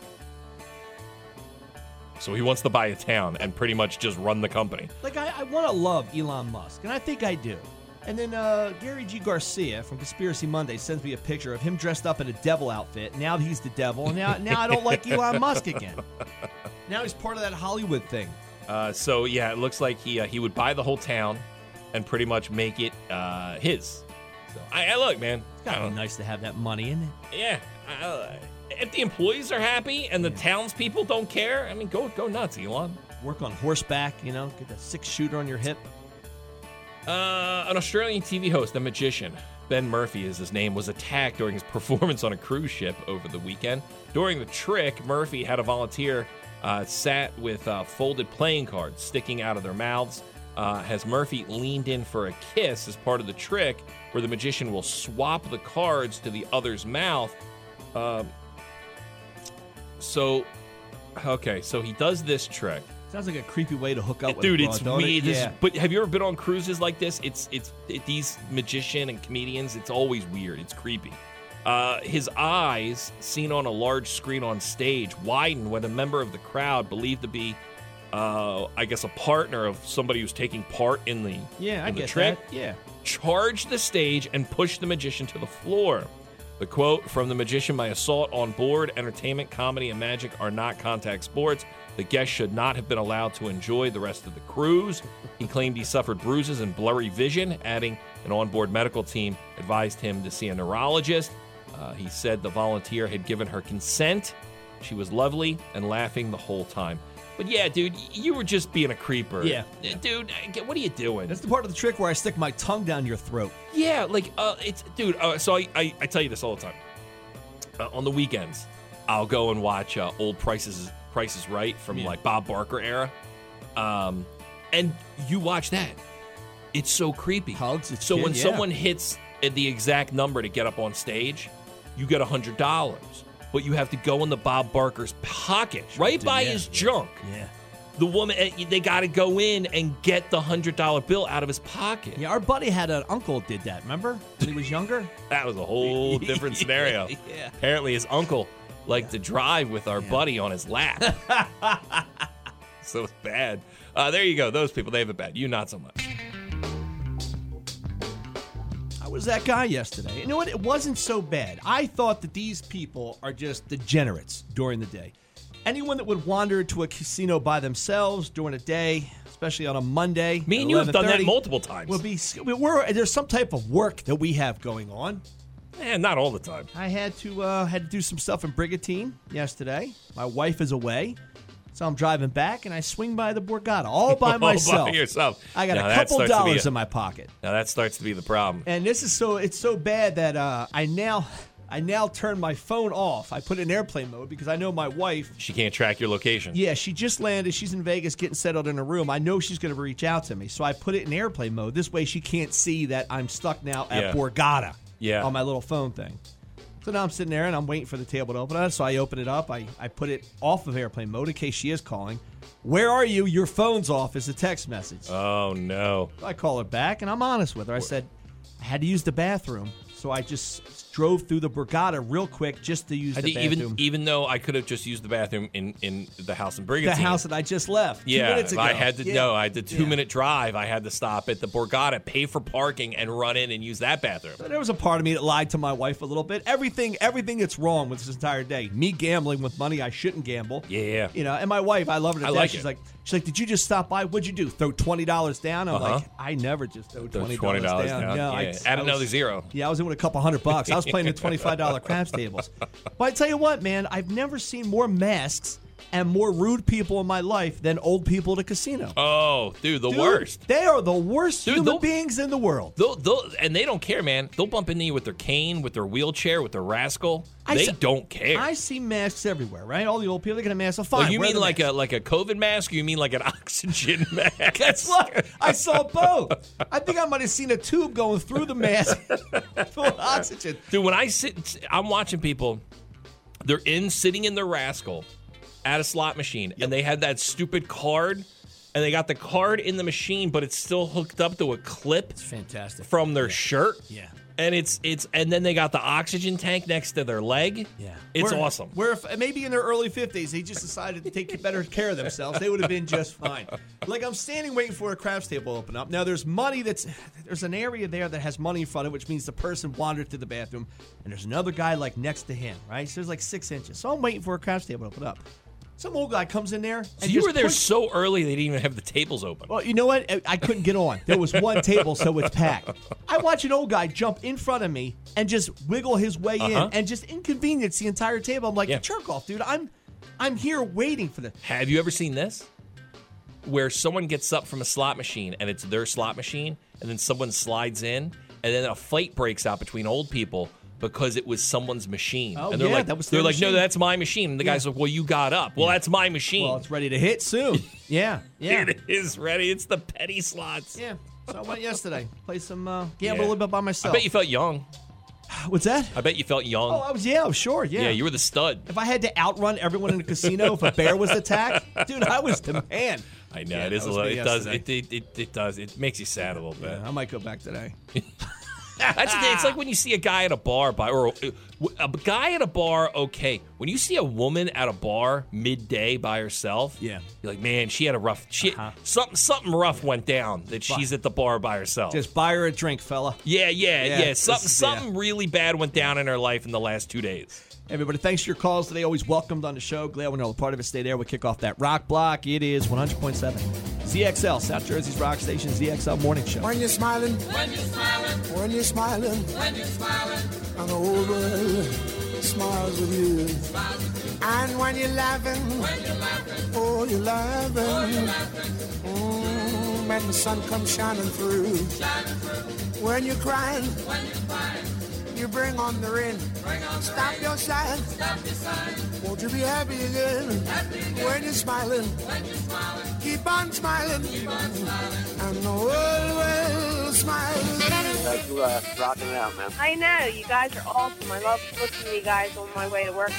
Speaker 2: So he wants to buy a town and pretty much just run the company.
Speaker 1: Like I, I want to love Elon Musk, and I think I do. And then uh, Gary G. Garcia from Conspiracy Monday sends me a picture of him dressed up in a devil outfit. Now he's the devil. and Now, now I don't like Elon Musk again. Now he's part of that Hollywood thing.
Speaker 2: Uh, so yeah, it looks like he uh, he would buy the whole town and pretty much make it uh, his. So I, I look, man. Uh,
Speaker 1: It's gotta be nice to have that money in it.
Speaker 2: Yeah. I- I- if the employees are happy and the townspeople don't care, I mean, go go nuts, Elon.
Speaker 1: Work on horseback, you know, get that six shooter on your hip.
Speaker 2: Uh, an Australian TV host and magician, Ben Murphy is his name, was attacked during his performance on a cruise ship over the weekend. During the trick, Murphy had a volunteer uh, sat with uh, folded playing cards sticking out of their mouths. Uh, as Murphy leaned in for a kiss as part of the trick, where the magician will swap the cards to the other's mouth. Um, so, okay, so he does this trick.
Speaker 1: Sounds like a creepy way to hook up with a
Speaker 2: Dude,
Speaker 1: broad,
Speaker 2: it's
Speaker 1: don't it?
Speaker 2: weird. This is-
Speaker 1: Yeah.
Speaker 2: but have you ever been on cruises like this? It's it's it, these magician and comedians. It's always weird. It's creepy. Uh, his eyes, seen on a large screen on stage, widen when a member of the crowd believed to be, uh, I guess, a partner of somebody who's taking part in the
Speaker 1: Yeah, I
Speaker 2: in the
Speaker 1: get
Speaker 2: trick.
Speaker 1: that. Yeah.
Speaker 2: charged the stage and pushed the magician to the floor. The quote from the magician My assault on board, entertainment, comedy, and magic are not contact sports. The guest should not have been allowed to enjoy the rest of the cruise. He claimed he suffered bruises and blurry vision, adding an onboard medical team advised him to see a neurologist. Uh, he said the volunteer had given her consent. She was lovely and laughing the whole time. But yeah, dude, y- you were just being a creeper.
Speaker 1: Yeah.
Speaker 2: Dude, I- what are you doing?
Speaker 1: That's the part of the trick where I stick my tongue down your throat.
Speaker 2: Yeah, like uh, it's dude. Uh, so I, I I tell you this all the time. Uh, on the weekends, I'll go and watch uh, old Prices Prices Right from like Bob Barker era. Um, and you watch that, it's so creepy. so
Speaker 1: kid, yeah.
Speaker 2: when someone hits at the exact number to get up on stage, you get a hundred dollars, but you have to go in the Bob Barker's pocket, right by his junk.
Speaker 1: Yeah.
Speaker 2: the woman eh, they got to go in and get the hundred dollar bill out of his pocket.
Speaker 1: Yeah, our buddy had an uncle that did that. Remember when he was younger?
Speaker 2: That was a whole different scenario.
Speaker 1: Yeah.
Speaker 2: Apparently, his uncle liked to drive with our buddy on his lap. so it's bad. Uh, there you go. Those people, they have it bad. You, not so much.
Speaker 1: I was that guy yesterday. You know what? It wasn't so bad. I thought that these people are just degenerates during the day. Anyone that would wander to a casino by themselves during a day, especially on a Monday,
Speaker 2: Me
Speaker 1: at
Speaker 2: and you have done that
Speaker 1: 11:30,
Speaker 2: multiple times.
Speaker 1: Would be we're, there's some type of work that we have going on.
Speaker 2: And not all the time.
Speaker 1: I had to uh, had to do some stuff in Brigantine yesterday. My wife is away, so I'm driving back, and I swing by the Borgata all by
Speaker 2: All by
Speaker 1: myself.
Speaker 2: yourself.
Speaker 1: I got
Speaker 2: Now
Speaker 1: a
Speaker 2: that
Speaker 1: couple
Speaker 2: starts to be
Speaker 1: dollars
Speaker 2: a-
Speaker 1: in my pocket.
Speaker 2: Now that starts to be the problem.
Speaker 1: And this is so it's so bad that uh, I now I now turn my phone off. I put it in airplane mode because I know my wife.
Speaker 2: She can't track your location.
Speaker 1: Yeah, she just landed. She's in Vegas getting settled in her room. I know she's going to reach out to me, so I put it in airplane mode. This way, she can't see that I'm stuck now at
Speaker 2: Yeah.
Speaker 1: Borgata.
Speaker 2: Yeah.
Speaker 1: On my little phone thing. So now I'm sitting there and I'm waiting for the table to open up. So I open it up. I, I put it off of airplane mode in case she is calling. Where are you? Your phone's off is the text message.
Speaker 2: Oh no.
Speaker 1: So I call her back and I'm honest with her. I said, I had to use the bathroom. So I just drove through the Borgata real quick just to use
Speaker 2: I
Speaker 1: the
Speaker 2: think
Speaker 1: bathroom.
Speaker 2: even even though I could have just used the bathroom in, in the house in
Speaker 1: the
Speaker 2: Brigantine.
Speaker 1: house that I just left. two
Speaker 2: yeah,
Speaker 1: minutes ago.
Speaker 2: I had to
Speaker 1: Yeah.
Speaker 2: no, I had the two minute drive. I had to stop at the Borgata, pay for parking, and run in and use that bathroom.
Speaker 1: There was a part of me that lied to my wife a little bit. Everything, everything that's wrong with this entire day. Me gambling with money I shouldn't gamble.
Speaker 2: Yeah.
Speaker 1: You know, and my wife, I love her to
Speaker 2: I
Speaker 1: death.
Speaker 2: like
Speaker 1: she's
Speaker 2: it.
Speaker 1: like, she's like, did you just stop by? What'd you do? Throw twenty dollars down? I'm
Speaker 2: Uh-huh.
Speaker 1: like, I never just throw
Speaker 2: Throw
Speaker 1: twenty dollars
Speaker 2: $20
Speaker 1: down.
Speaker 2: down,
Speaker 1: No, I-
Speaker 2: yeah.
Speaker 1: I
Speaker 2: Add
Speaker 1: was-
Speaker 2: another zero.
Speaker 1: Yeah, I was in with a couple hundred bucks. I was playing the twenty five dollar craps tables. But I tell you what, man, I've never seen more masks and more rude people in my life than old people at a casino.
Speaker 2: Oh, dude, the
Speaker 1: Dude,
Speaker 2: worst.
Speaker 1: They are the worst
Speaker 2: Dude,
Speaker 1: human
Speaker 2: they'll-
Speaker 1: beings in the world.
Speaker 2: They'll, they'll, and they don't care, man. They'll bump into you with their cane, with their wheelchair, with their rascal.
Speaker 1: I
Speaker 2: they
Speaker 1: s-
Speaker 2: don't care.
Speaker 1: I see masks everywhere, right? All the old people they got a mask. So fine.
Speaker 2: Well, you
Speaker 1: wear
Speaker 2: mean
Speaker 1: the
Speaker 2: like
Speaker 1: mask.
Speaker 2: a like a COVID mask? Or you mean like an oxygen mask?
Speaker 1: Guess what? I saw both. I think I might have seen a tube going through the mask full of oxygen.
Speaker 2: Dude, when I sit, I'm watching people. They're in sitting in their rascal at a slot machine, and they had that stupid card, and they got the card in the machine, but it's still hooked up to a clip. It's
Speaker 1: fantastic
Speaker 2: from their shirt.
Speaker 1: Yeah.
Speaker 2: and it's it's and then they got the oxygen tank next to their leg.
Speaker 1: Yeah,
Speaker 2: it's
Speaker 1: Where-
Speaker 2: awesome.
Speaker 1: Where if maybe in their early fifties they just decided to take better care of themselves, they would have been just fine. Like I'm standing waiting for a craps table to open up. Now there's money that's there's an area there that has money in front of, it, which means the person wandered to the bathroom, and there's another guy like next to him, right? So there's like six inches. So I'm waiting for a craps table to open up. Some old guy comes in there. And
Speaker 2: So you
Speaker 1: just
Speaker 2: were there
Speaker 1: pushes-
Speaker 2: so early they didn't even have the tables open.
Speaker 1: Well, you know what? I- I couldn't get on. There was one table, so it's packed. I watch an old guy jump in front of me and just wiggle his way
Speaker 2: Uh-huh.
Speaker 1: in and just inconvenience the entire table. I'm like, jerk off, dude. I'm I'm here waiting for the
Speaker 2: Have you ever seen this? Where someone gets up from a slot machine and it's their slot machine, and then someone slides in, and then a fight breaks out between old people because it was someone's machine.
Speaker 1: Oh,
Speaker 2: and they're
Speaker 1: yeah,
Speaker 2: like,
Speaker 1: that was
Speaker 2: they're
Speaker 1: their
Speaker 2: like, no,
Speaker 1: machine."
Speaker 2: that's my machine. And the guy's like, well, you got up. Well, that's my machine.
Speaker 1: Well, it's ready to hit soon. Yeah. Yeah.
Speaker 2: It is ready. It's the petty slots.
Speaker 1: Yeah. So I went yesterday. Played some uh gamble a
Speaker 2: Yeah.
Speaker 1: little bit by myself.
Speaker 2: I bet you felt young.
Speaker 1: What's that?
Speaker 2: I bet you felt young.
Speaker 1: Oh, I was yeah, sure, yeah.
Speaker 2: yeah. you were the stud.
Speaker 1: if I had to outrun everyone in the casino if a bear was attacked, dude, I was the man.
Speaker 2: I know
Speaker 1: Yeah,
Speaker 2: it
Speaker 1: that
Speaker 2: is a
Speaker 1: was
Speaker 2: little.
Speaker 1: me
Speaker 2: It does. It,
Speaker 1: yesterday.
Speaker 2: it, it, it does. It makes you sad a little bit.
Speaker 1: I might go back today.
Speaker 2: That's the thing. It's like when you see a guy at a bar by or a, a guy at a bar. Okay, when you see a woman at a bar midday by herself, yeah, you're like, man, she had a rough. She,
Speaker 1: Uh-huh.
Speaker 2: Something something rough went down that she's at the bar by herself.
Speaker 1: Just buy her a drink, fella.
Speaker 2: yeah, yeah,
Speaker 1: Yeah,
Speaker 2: yeah.
Speaker 1: this
Speaker 2: Something
Speaker 1: is- yeah.
Speaker 2: something really bad went down in her life in the last two days.
Speaker 1: Everybody, thanks for your calls today. Always welcomed on the show. Glad we're all a part of it. Stay there. We kick off that rock block. It is 100.7 ZXL, South Jersey's rock station, ZXL Morning Show.
Speaker 8: When you're smiling, when you're smiling, when you're smiling, when you're smiling, and the whole world smiles with you. And when you're laughing, when you're laughing, oh, you're laughing. Mm, when the sun comes shining through. When you're crying, when you're crying, you bring on the rain. Stop your sighing. Stop your sighing. Won't to be happy again. When you're smiling, keep on smiling, and the world will smile.
Speaker 9: That's uh, rocking it out, man.
Speaker 10: I know, you guys are awesome. I love listening to you guys on my way to work.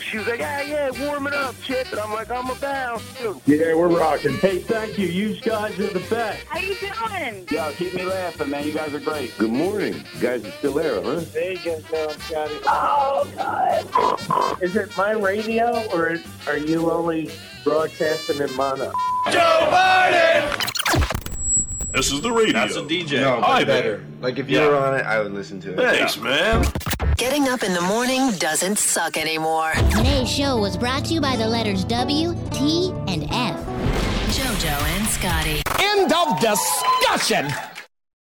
Speaker 9: She was like, yeah, yeah, warm it up, chick. And I'm like, I'm about to.
Speaker 6: Yeah, we're rocking. Hey, thank you. You guys are the best.
Speaker 10: How you doing?
Speaker 9: Yo, keep me laughing, man. You guys are great.
Speaker 6: Good morning. You guys are still there, huh?
Speaker 9: Hey, guys, now I'm Scotty.
Speaker 10: Oh, God.
Speaker 9: Is it my radio, or is, are you only broadcasting in mono?
Speaker 3: Joe Biden!
Speaker 11: This is the radio.
Speaker 2: That's a DJ.
Speaker 11: No, but
Speaker 2: Hi,
Speaker 11: better. Like if you
Speaker 2: Yeah.
Speaker 11: were on it, I would listen to it.
Speaker 2: Thanks,
Speaker 11: man.
Speaker 12: Getting up in the morning doesn't suck anymore.
Speaker 13: Today's show was brought to you by the letters W, T, and F. JoJo and Scotty.
Speaker 5: End of discussion.